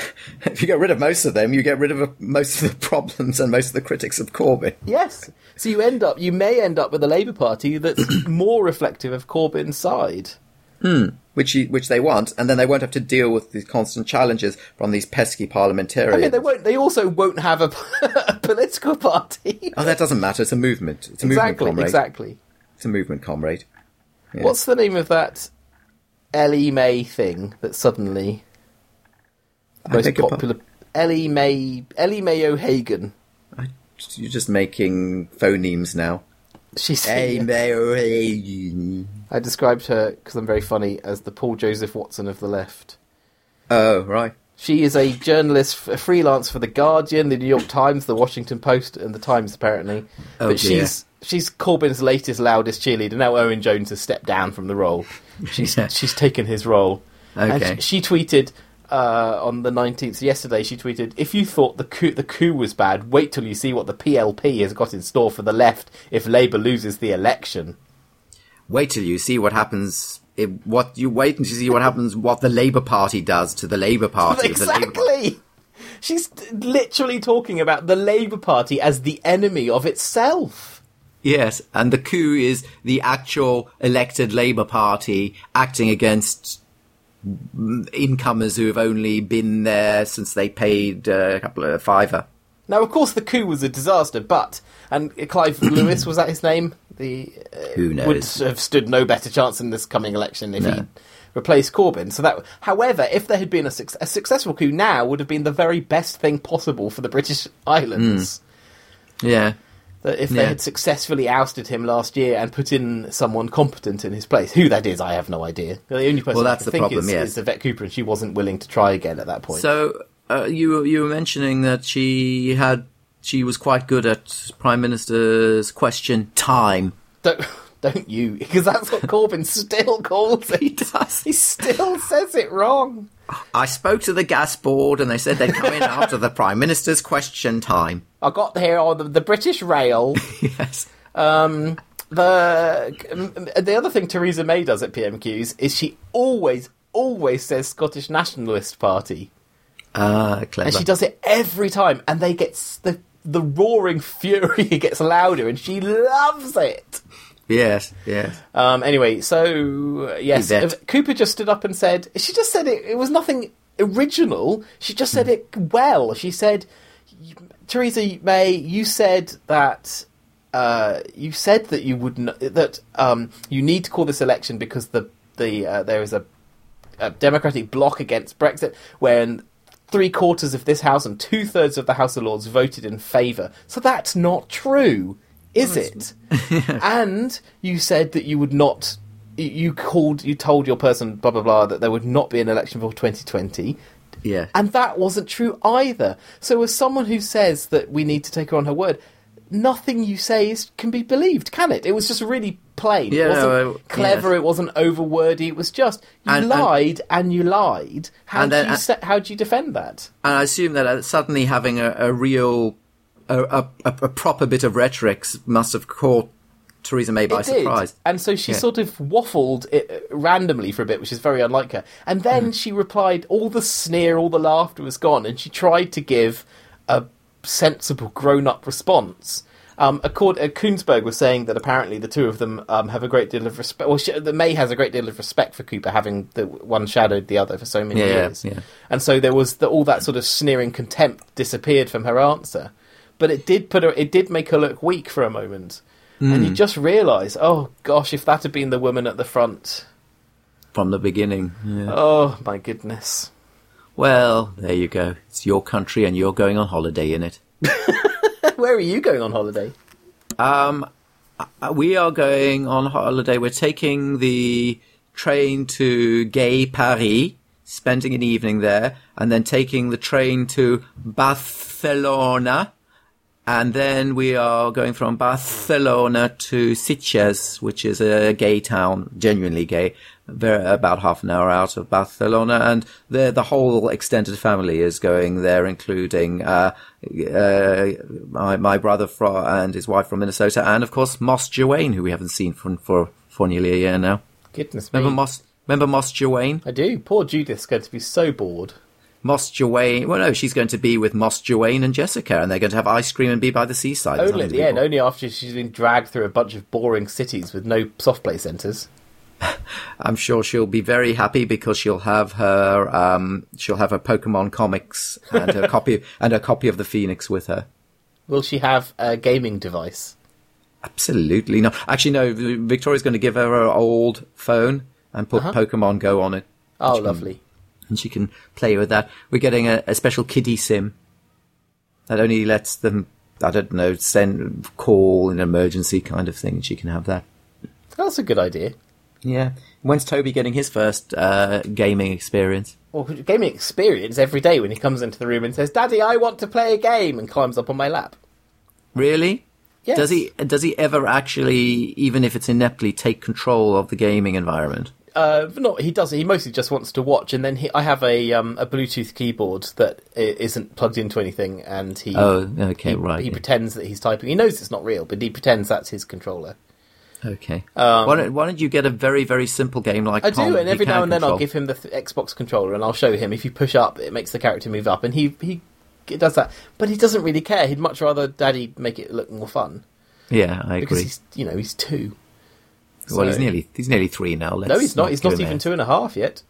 if you get rid of most of them, you get rid of uh, most of the problems and most of the critics of Corbyn. Yes. So [CLEARS THROAT] you end up, you may end up with a Labour Party that's more reflective of Corbyn's side. which you, which they want, and then they won't have to deal with these constant challenges from these pesky parliamentarians. I mean, they won't. They also won't have a, [LAUGHS] a political party. oh, that doesn't matter. It's a movement. It's a exactly, movement, comrade. exactly. It's a movement, comrade. What's the name of that Ellie May thing that suddenly most beg your popular? Ellie May, Ellie May O'Hagan. I, you're just making phonemes now. She's Amen. I described her because I'm very funny as the Paul Joseph Watson of the left. Oh, right. She is a journalist, a freelance for the Guardian, the New York Times, the Washington Post, and the Times apparently. Oh, but dear. she's she's Corbyn's latest, loudest cheerleader. Now Owen Jones has stepped down from the role. She's Yeah. she's taken his role. Okay. And she, she tweeted uh, on the 19th yesterday. She tweeted, "If you thought the coup the coup was bad, wait till you see what the PLP has got in store for the left if Labour loses the election." Wait till you see what happens. If, what you wait until you see what happens. What the Labour Party does to the Labour Party. of the Labour Party. Exactly. She's t- literally talking about the Labour Party as the enemy of itself. Yes, and the coup is the actual elected Labour Party acting against incomers who have only been there since they paid uh, a couple of fiver. Now, of course, the coup was a disaster, but and [COUGHS] Clive Lewis was that his name? The uh, Who would knows? have stood no better chance in this coming election if he replaced Corbyn. So that, however, if there had been a, suc- a successful coup, now would have been the very best thing possible for the British Islands. Yeah. That if Hmm. Yeah. they had successfully ousted him last year and put in someone competent in his place, who that is, I have no idea. The only person Well, I that's can the think problem, is, yes. is Yvette Cooper, and she wasn't willing to try again at that point. So uh, you you were mentioning that she had she was quite good at Prime Minister's question time. don't, don't you, because that's [LAUGHS] what Corbyn still calls it. [LAUGHS] He does. He still [LAUGHS] says it wrong. I spoke to the gas board and they said they'd come [LAUGHS] in after the Prime Minister's question time. I got here on the, the British Rail. Yes. Um, the um, the other thing Theresa May does at PMQs is she always always says Scottish Nationalist Party. Ah, clever. and she does it every time, and they get s- the the roaring fury [LAUGHS] gets louder, and she loves it. Yes, yes. Um, anyway, so uh, yes, Yvette. if- Cooper just stood up and said she just said it. It was nothing original. She just said it well. She said, Theresa May, you said that. Uh, you said that you would n- that um, you need to call this election because the the uh, there is a a Democratic bloc against Brexit, when three quarters of this House and two thirds of the House of Lords voted in favour. So that's not true, is it? and you said that you would not. you- You called. You told your person blah blah blah that there would not be an election for 2020. Yeah. And that wasn't true either. So, as someone who says that we need to take her on her word, nothing you say is, can be believed, can it? It was just really plain. Yeah, it wasn't no, I- clever. yes. It wasn't overwordy. It was just you And- and- lied and, you lied. How And do then- you se- how do you defend that? And I assume that uh, suddenly having a, a real, a, a, a a proper bit of rhetoric s- must have caught Theresa May by It surprise. did. And so she Yeah. sort of waffled it uh, randomly for a bit, which is very unlike her. And then Mm. she replied, all the sneer, all the laughter was gone, and she tried to give a sensible, grown up response. Um, accord, uh, Koonsberg was saying that apparently the two of them um, have a great deal of respect. Well, she, the May has a great deal of respect for Cooper, having the one shadowed the other for so many Yeah, yeah, years. yeah. And so there was the, all that sort of sneering contempt disappeared from her answer, but it did put her, it did make her look weak for a moment, and Hmm. you just realise, oh gosh, if that had been the woman at the front, From the beginning. Yeah. oh my goodness. [LAUGHS] Well, there you go. It's your country and you're going on holiday in it. Where are you going on holiday? Uh, We are going on holiday. We're taking the train to Gay Paris, spending an evening there, and then taking the train to Barcelona. And then we are going from Barcelona to Sitges, which is a gay town, genuinely gay, very, about half an hour out of Barcelona. And the, the whole extended family is going there, including uh, uh, my, my brother fro- and his wife from Minnesota, and of course Moss Joanne, who we haven't seen for, for, for nearly a year now. Goodness me, Remember Moss? Remember Moss Joanne? I do. Poor Judith's going to be so bored. Moss Joanne. Well, no, she's going to be with Moss Joanne and Jessica, and they're going to have ice cream and be by the seaside. There's Only nothing at to the be end, bored. only after she's been dragged through a bunch of boring cities with no soft play centres. I'm sure she'll be very happy because she'll have her um, she'll have her Pokemon comics and [LAUGHS] her copy and her copy of the Phoenix with her. Will she have a gaming device? Absolutely not. Actually, no. Victoria's going to give her her old phone and put Pokemon Go on it, Oh, lovely. and she can play with that. We're getting a, a special kiddie sim that only lets them. I don't know, send call in an emergency kind of thing. and She can have that. That's a good idea. Yeah. When's Toby getting his first uh, gaming experience? Well, gaming experience every day when he comes into the room and says, "Daddy, I want to play a game," and climbs up on my lap. Really? Yes. Does he does he ever actually, even if it's ineptly, take control of the gaming environment? Uh, not he doesn't. He mostly just wants to watch, and then he, I have a um, a Bluetooth keyboard that i- isn't plugged into anything, and he Oh, okay, he, right. he yeah. pretends that he's typing. He knows it's not real, but he pretends that's his controller. okay. why, don't, why don't you get a very very simple game like Um, I Pong do, and he every can now and then I'll control? give him the th- Xbox controller, and I'll show him. If you push up, it makes the character move up, and he he g- does that. But he doesn't really care. He'd much rather Daddy make it look more fun Yeah, I because agree. he's you know he's two. well, he's so- nearly he's nearly three now. Let's No, he's not. He's give not him even airs. two and a half yet.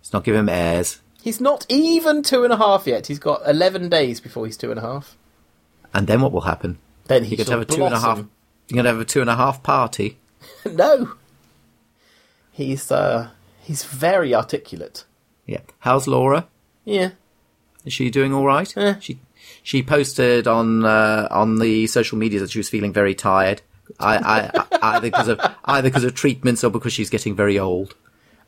Let's not give him airs. He's not even two and a half yet. He's got eleven days before he's two and a half. And then what will happen? Then he You're could going to have a two and a half. You're going to have a two and a half party. [LAUGHS] No, he's uh, he's very articulate. Yeah. How's Laura? Yeah, Is she doing all right? Eh. She she posted on uh, on the social media that she was feeling very tired, I, I, [LAUGHS] I, either because of either because of treatments or because she's getting very old.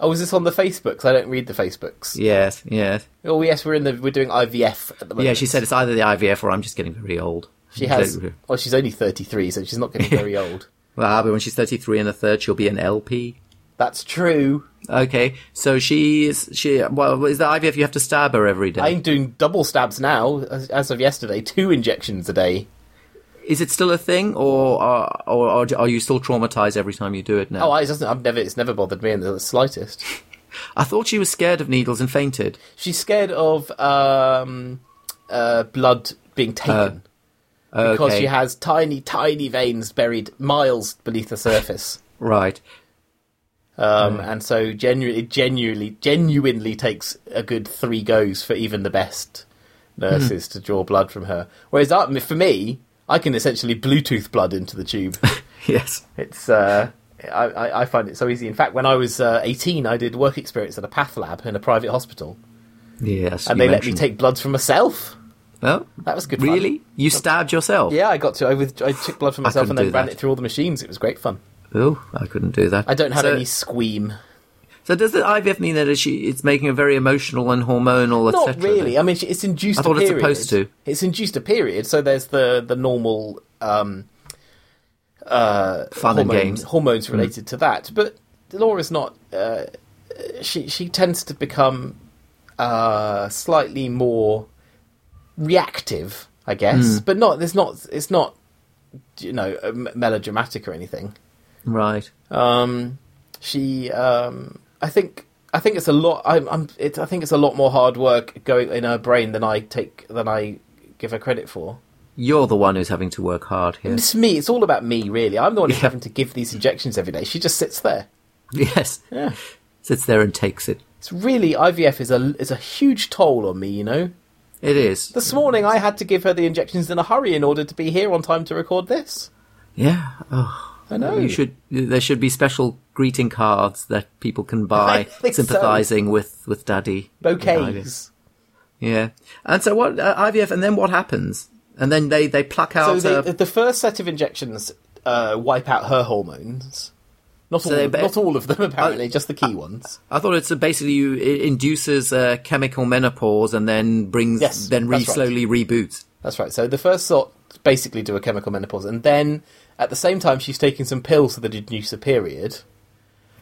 Oh, is this on the Facebooks? I don't read the Facebooks. Yes, yes, Oh, yes, we're in the we're doing IVF at the moment. yeah. She said it's either the IVF or I'm just getting very old. she has. So- Well, she's only thirty three, so she's not [LAUGHS] getting very old. Well, but when she's 33 and a third, she'll be an LP. That's true. Okay, so she is she. Well, is the IVF you have to stab her every day? I'm doing double stabs now. As, as of yesterday, two injections a day. Is it still a thing, or are, or, or are you still traumatized every time you do it now? Oh, I it doesn't. I've never. It's never bothered me in the slightest. I thought she was scared of needles and fainted. She's scared of um, uh, blood being taken because uh, okay. she has tiny, tiny veins buried miles beneath the surface, Right. um, Mm. and so genuinely, genuinely, genuinely takes a good three goes for even the best nurses Hmm. to draw blood from her. Whereas uh, for me, I can essentially Bluetooth blood into the tube. [LAUGHS] Yes. It's uh, I, I I find it so easy. In fact, when I was uh, 18, I did work experience at a path lab in a private hospital, Yes. and you they let me mentioned- take bloods from myself. Oh, That was good. fun. really? You stabbed yourself? Yeah, I got to. I, with, I took blood from I myself and couldn't then do ran that. it through all the machines. It was great fun. Oh, I couldn't do that. I don't have so, any squeam. So does the IVF mean that she, it's making her very emotional and hormonal, etc.? Not really. I mean, she- it's induced. I thought a it's period. supposed to. It's induced a period. So there's the the normal um, uh, Fun and hormones, games. Mm. hormones related to that. But Laura's not. Uh, she she tends to become uh, slightly more reactive, I Mm. guess. But not. There's not. It's not. You know, m- melodramatic or anything. Right. Um, she, um, I think, I think it's a lot. I'm, I'm it's, I think it's a lot more hard work going in her brain than I take than I give her credit for. You're the one who's having to work hard [LAUGHS] here. [LAUGHS] It's me. It's all about me, really. I'm the one who's Yeah. having to give these injections every day. She just sits there. yes. Yeah. Sits there and takes it. It's really IVF is a is a huge toll on me. You know, It is. this morning I had to give her the injections in a hurry in order to be here on time to record this. Yeah. Oh. I know. You should. There should be special greeting cards that people [LAUGHS] can I buy, think so. sympathising with with Daddy. bouquets. Yeah. And so what uh, IVF, and then what happens? And then they they pluck out. So uh, they, the first set of injections uh, wipe out her hormones. Not all, they ba- not all of them apparently, just the key ones. I thought it's uh, basically you, it induces uh, chemical menopause and then brings Yes, then re- that's right. slowly reboots. That's right. So the first sort basically do a chemical menopause, and then at the same time she's taking some pills so that it induce a period,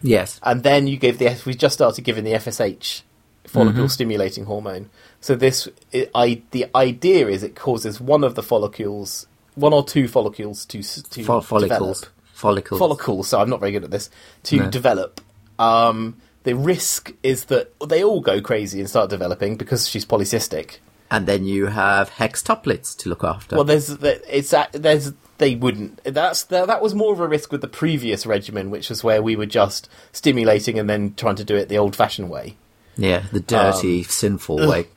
Yes. and then you give the F- we just started giving the FSH follicle Mm-hmm. stimulating hormone. So this i I the idea is it causes one of the follicles, one or two follicles to s- to Fo- follicles. develop. Follicles. follicle, so I'm not very good at this, to No. develop. Um, the risk is that they all go crazy and start developing because she's polycystic. And then you have hextuplets to look after. Well, there's the- it's a- there's they wouldn't. That's that, that was more of a risk with the previous regimen, which was where we were just stimulating and then trying to do it the old-fashioned way. Yeah, the dirty, sinful way.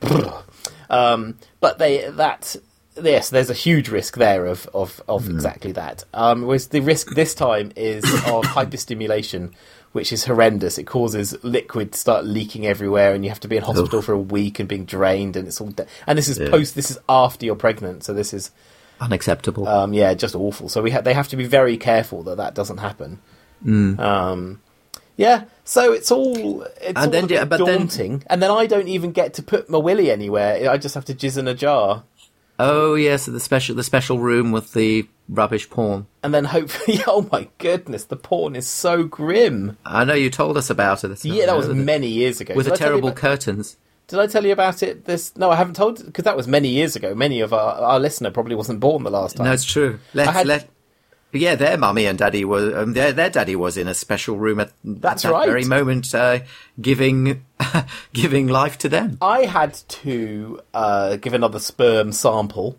Um, but they that yes, there's a huge risk there of of, of exactly that. Um, whereas the risk this time is of hyperstimulation, which is horrendous. It causes liquid to start leaking everywhere, and you have to be in hospital for a week and being drained, and it's all. De- and this is post. This is after you're pregnant, so this is Unacceptable. um, yeah, just awful. So we ha- they have to be very careful that that doesn't happen. Mm. Um, yeah, so it's all it's all then a do- bit but then- daunting, and then I don't even get to put my willy anywhere. I just have to jizz in a jar, oh yeah, so the special the special room with the rubbish porn. and then hopefully, [LAUGHS] oh my goodness, the porn is so grim. I know you told us about it. It's not- yeah, that was with the- many years ago. with Did the I tell you terrible about- curtains. did I tell you about it? This no, I haven't told because that was many years ago. Many of our our listener probably wasn't born the last time. No, it's true. Let's, I had- let, yeah, their mummy and daddy was um, their their daddy was in a special room at That's that right. very moment, uh, giving [LAUGHS] giving life to them. I had to uh, give another sperm sample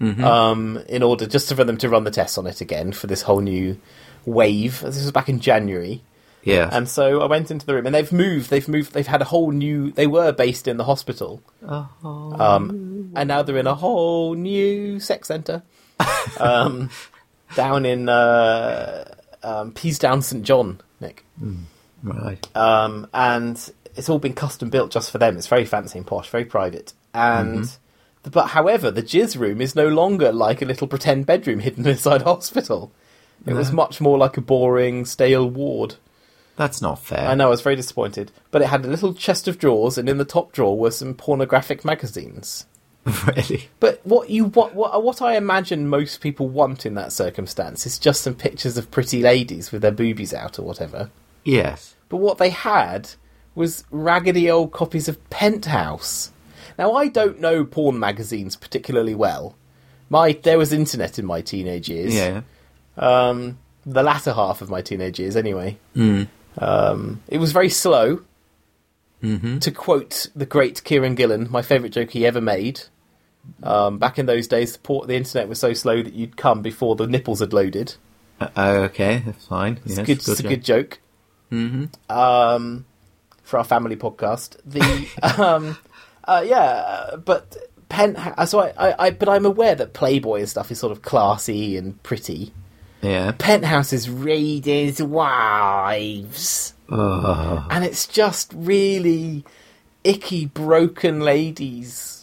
um, in order just for them to run the tests on it again for this whole new wave. This was back in January. Yeah, And so I went into the room, and they've moved. They've moved. They've had a whole new. They were based in the hospital, oh, um, and now they're in a whole new sex center um, down in uh, um, Peasdown St John, Nick. right. Um, and it's all been custom built just for them. It's very fancy and posh, very private. And but however, the jizz room is no longer like a little pretend bedroom [LAUGHS] hidden inside a hospital. It was much more like a boring, stale ward. That's not fair. I know, I was very disappointed. But it had a little chest of drawers, and in the top drawer were some pornographic magazines. [LAUGHS] really. But what you what, what what I imagine most people want in that circumstance is just some pictures of pretty ladies with their boobies out or whatever. Yes. But what they had was raggedy old copies of Penthouse. Now I don't know porn magazines particularly well. My there was internet in my teenage years. Yeah. Um, the latter half of my teenage years, anyway. Um, it was very slow. To quote the great Kieran Gillen, my favourite joke he ever made. Um, back in those days, the port the internet was so slow that you'd come before the nipples had loaded. Uh, okay. that's Fine. It's, yes, Mm-hmm. good, it's a job. good joke. Um, for our family podcast, [LAUGHS] the um, uh, yeah, uh, but pen. So I, I, I, but I'm aware that Playboy and stuff is sort of classy and pretty. Yeah. Penthouse is readers' wives, Oh. and it's just really icky, broken ladies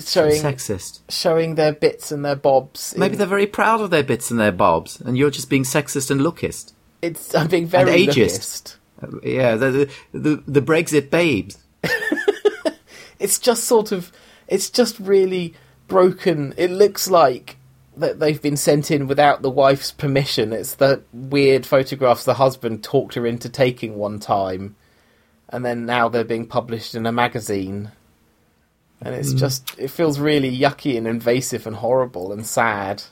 showing Sexist. showing their bits and their bobs. in- Maybe they're very proud of their bits and their bobs, and you're just being sexist and lookist. it's I'm being very And ageist. lookist. Uh, yeah, the the, the, the Brexit babes. it's just sort of it's just really broken it looks like that they've been sent in without the wife's permission it's the weird photographs the husband talked her into taking one time and then now they're being published in a magazine and it's Mm. just it feels really yucky and invasive and horrible and sad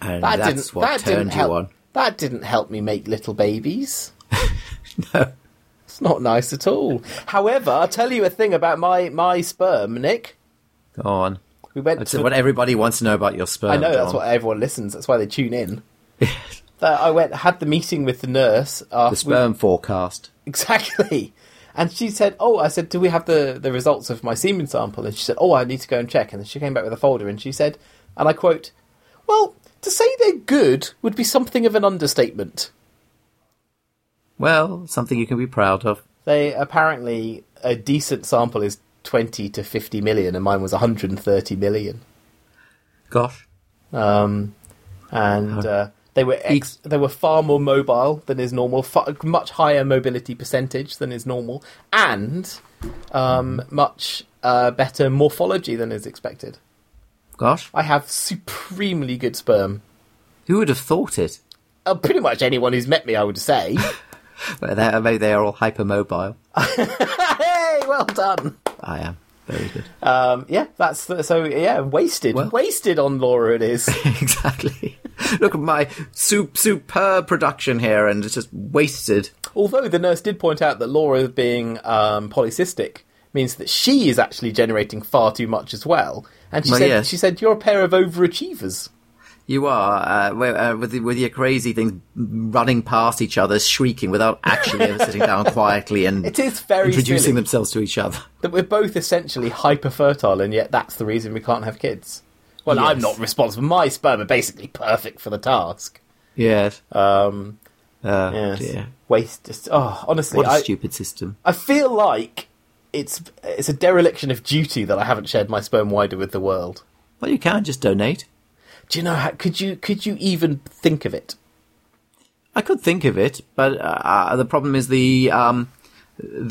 And that that's didn't what that turned didn't help you on. that didn't help me make little babies [LAUGHS] it's not nice at all however i'll tell you a thing about my my sperm nick Go on. we went That's to what everybody wants to know about your sperm. I know that's John. what everyone listens. That's why they tune in. That I went had the meeting with the nurse. After the sperm forecast. [LAUGHS] exactly, and she said, "Oh, I said, do we have the the results of my semen sample?" And she said, "Oh, I need to go and check." And then she came back with a folder and she said, and I quote, "Well, to say they're good would be something of an understatement." Well, something you can be proud of. They apparently a decent sample is twenty to fifty million, and mine was one hundred and thirty million. Gosh. um, and uh, they were ex- they were far more mobile than is normal, far, much higher mobility percentage than is normal, and um, much uh, better morphology than is expected. Gosh. I have supremely good sperm. Who would have thought it? Uh, pretty much anyone who's met me, I would say. Well, they- Maybe they are all hypermobile. hey, well done. I am. Very good. [LAUGHS] Um, yeah, that's the, so. Yeah, wasted, Well- wasted on Laura. It is. exactly. Look at my su- superb production here, and it's just wasted. Although the nurse did point out that Laura being um, polycystic means that she is actually generating far too much as well. And she Well, said, yes. she said, "You're a pair of overachievers." You are uh, wi- uh, with the- with your crazy things, running past each other, shrieking without actually ever [LAUGHS] sitting down quietly and It is very introducing silly. themselves to each other. that we're both essentially hyper fertile, and yet that's the reason we can't have kids. Well, I'm Yes. not responsible. My sperm are basically perfect for the task. Yes. Um, Uh, yes. dear. Waste. Just, oh, honestly, What a I, stupid system. I feel like it's it's a dereliction of duty that I haven't shared my sperm wider with the world. Well, you can just donate. Do you know? How, could you could you even think of it? I could think of it, but uh, the problem is the um,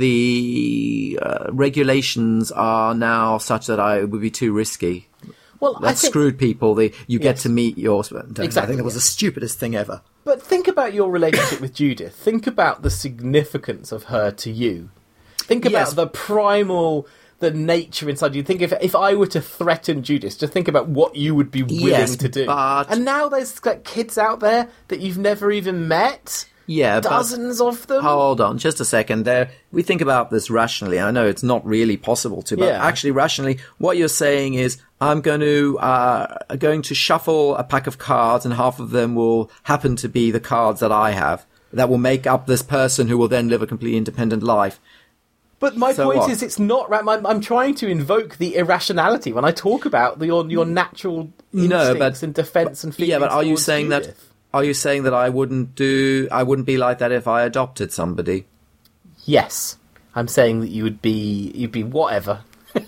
the uh, regulations are now such that I it would be too risky. Well, That I think, screwed people. The, you get Yes. to meet your. I Exactly, think that yeah. was the stupidest thing ever. But think about your relationship with Judith. Think about the significance of her to you. Think about Yes. the primal, the nature inside you. Think if if I were to threaten Judith, just think about what you would be willing Yes, to do. but- And now there's like, kids out there that you've never even met. Yeah, but- dozens of them. Hold on, just a second. There, we think about this rationally. I know it's not really possible to, but Yeah. actually, rationally, what you're saying is, I'm going to uh, going to shuffle a pack of cards, and half of them will happen to be the cards that I have. That will make up this person who will then live a completely independent life. But my So point what? is, it's not. ra- I'm, I'm trying to invoke the irrationality when I talk about the, your your natural No, instincts but- and defense and feelings. yeah, but are you towards saying that? Judith. Are you saying that I wouldn't do? I wouldn't be like that if I adopted somebody. Yes, I'm saying that you would be you'd be whatever. [LAUGHS]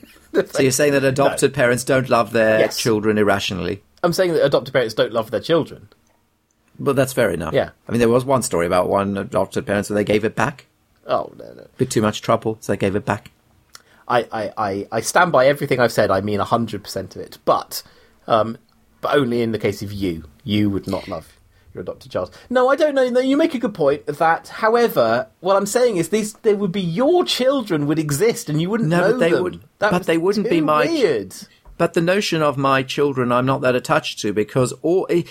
So you're saying that adopted parents don't love their Yes. children irrationally. I'm saying that adopted parents don't love their children. But that's fair enough. Yeah. I mean, there was one story about one adopted parents where they gave it back. Oh no, no. Bit too much trouble, so they gave it back. I, I, I, I stand by everything I've said. I mean hundred percent of it, but um, but only in the case of you. You would not love your adopted child. No, I don't know. No, you make a good point. That, however, what I'm saying is these they would be your children would exist, and you wouldn't No, know but they them. would- That but was they wouldn't too be my ch- weird. But the notion of my children, I'm not that attached to because all. i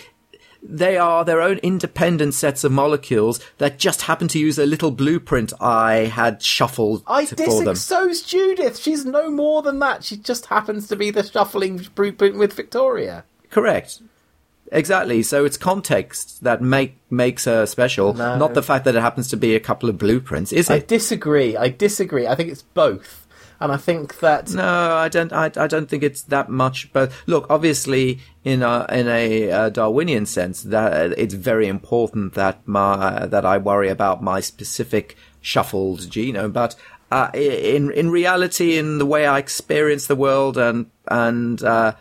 they are their own independent sets of molecules that just happen to use a little blueprint I had shuffled I to- for disagree. them. So's Judith. She's no more than that. She just happens to be the shuffling blueprint with Victoria. Correct. Exactly. So it's context that make makes her special, not the fact that it happens to be a couple of blueprints, is I it? disagree. I disagree. I think it's both, and I think that No, I don't. I, I don't think it's that much. But look, obviously, in a in a uh, Darwinian sense, that it's very important that my that I worry about my specific shuffled genome. But uh, i- in in reality, in the way I experience the world and and uh,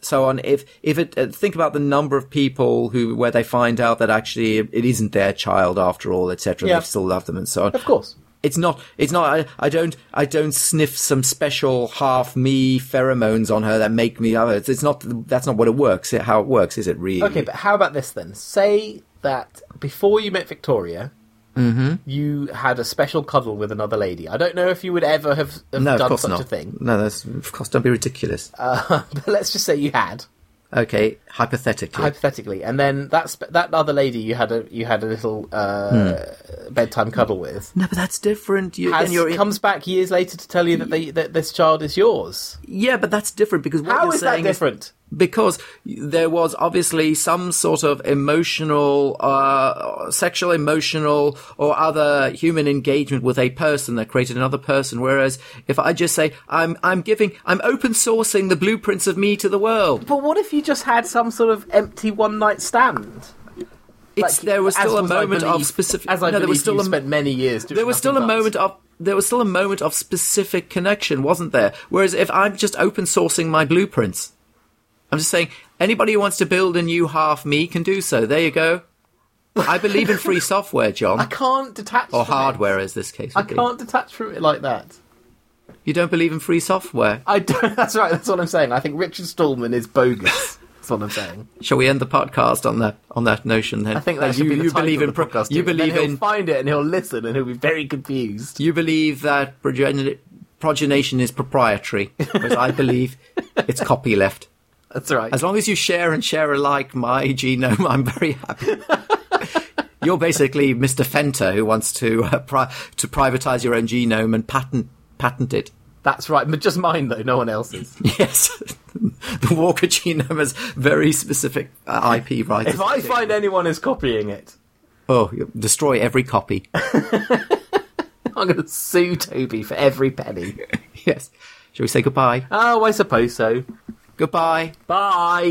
so on, if if it uh, think about the number of people who where they find out that actually it isn't their child after all, etc. Yeah. They still love them and so on. of course. It's not. It's not. I, I don't. I don't sniff some special half me pheromones on her that make me. love her. It's, it's not. That's not what it works. How it works is it really? Okay, but how about this then? Say that before you met Victoria, Mm-hmm. you had a special cuddle with another lady. I don't know if you would ever have, have no, of done course such not. a thing, No, that's of course. Don't be ridiculous. uh, [LAUGHS] but let's just say you had okay, hypothetically. hypothetically, and then that sp- that other lady you had a you had a little uh, Hmm. bedtime cuddle with. no, but that's different. You, Has, then you're in- comes back years later to tell you that, they, that this child is yours. yeah, but that's different because what How you're is that saying is- different? because there was obviously some sort of emotional, uh, sexual, emotional, or other human engagement with a person that created another person. Whereas if I just say I'm, I'm giving, I'm open sourcing the blueprints of me to the world, But what if you just had some sort of empty one night stand? it's Like, there was as still a I moment of believe- specific. As I no, there was believe still you a spent many years. Doing there was still a nothing but. moment of there was still a moment of specific connection, wasn't there? Whereas if I'm just open sourcing my blueprints, I'm just saying anybody who wants to build a new half me can do so. There you go. I believe in [LAUGHS] free software, I John, can't detach or from hardware, It. as this case I would be. can't detach from it like that. You don't believe in free software? I don't. [LAUGHS] That's right. That's what I'm saying. I think Richard Stallman is bogus. that's what I'm saying. Shall we end the podcast on that on that notion then? I think that you, should be the you title believe of in the pro- podcast. you and then believe in he'll find it and he'll listen and he'll be very confused. you believe that progen- progenation is proprietary, whereas I [LAUGHS] believe it's copyleft. That's right. As long as you share and share alike my [LAUGHS] genome, I'm very happy. [LAUGHS] You're basically Mr. Fenter who wants to uh, pri- to privatize your own genome and patent patent it. [LAUGHS] That's right. But just mine though. No one else's. Yes, [LAUGHS] the Walker genome has very specific uh, IP rights. If I find anyone is copying it, oh, you destroy every copy. [LAUGHS] [LAUGHS] I'm going to sue Toby for every penny. Uh, yes. Shall we say goodbye? Oh, I suppose so. Goodbye. Bye.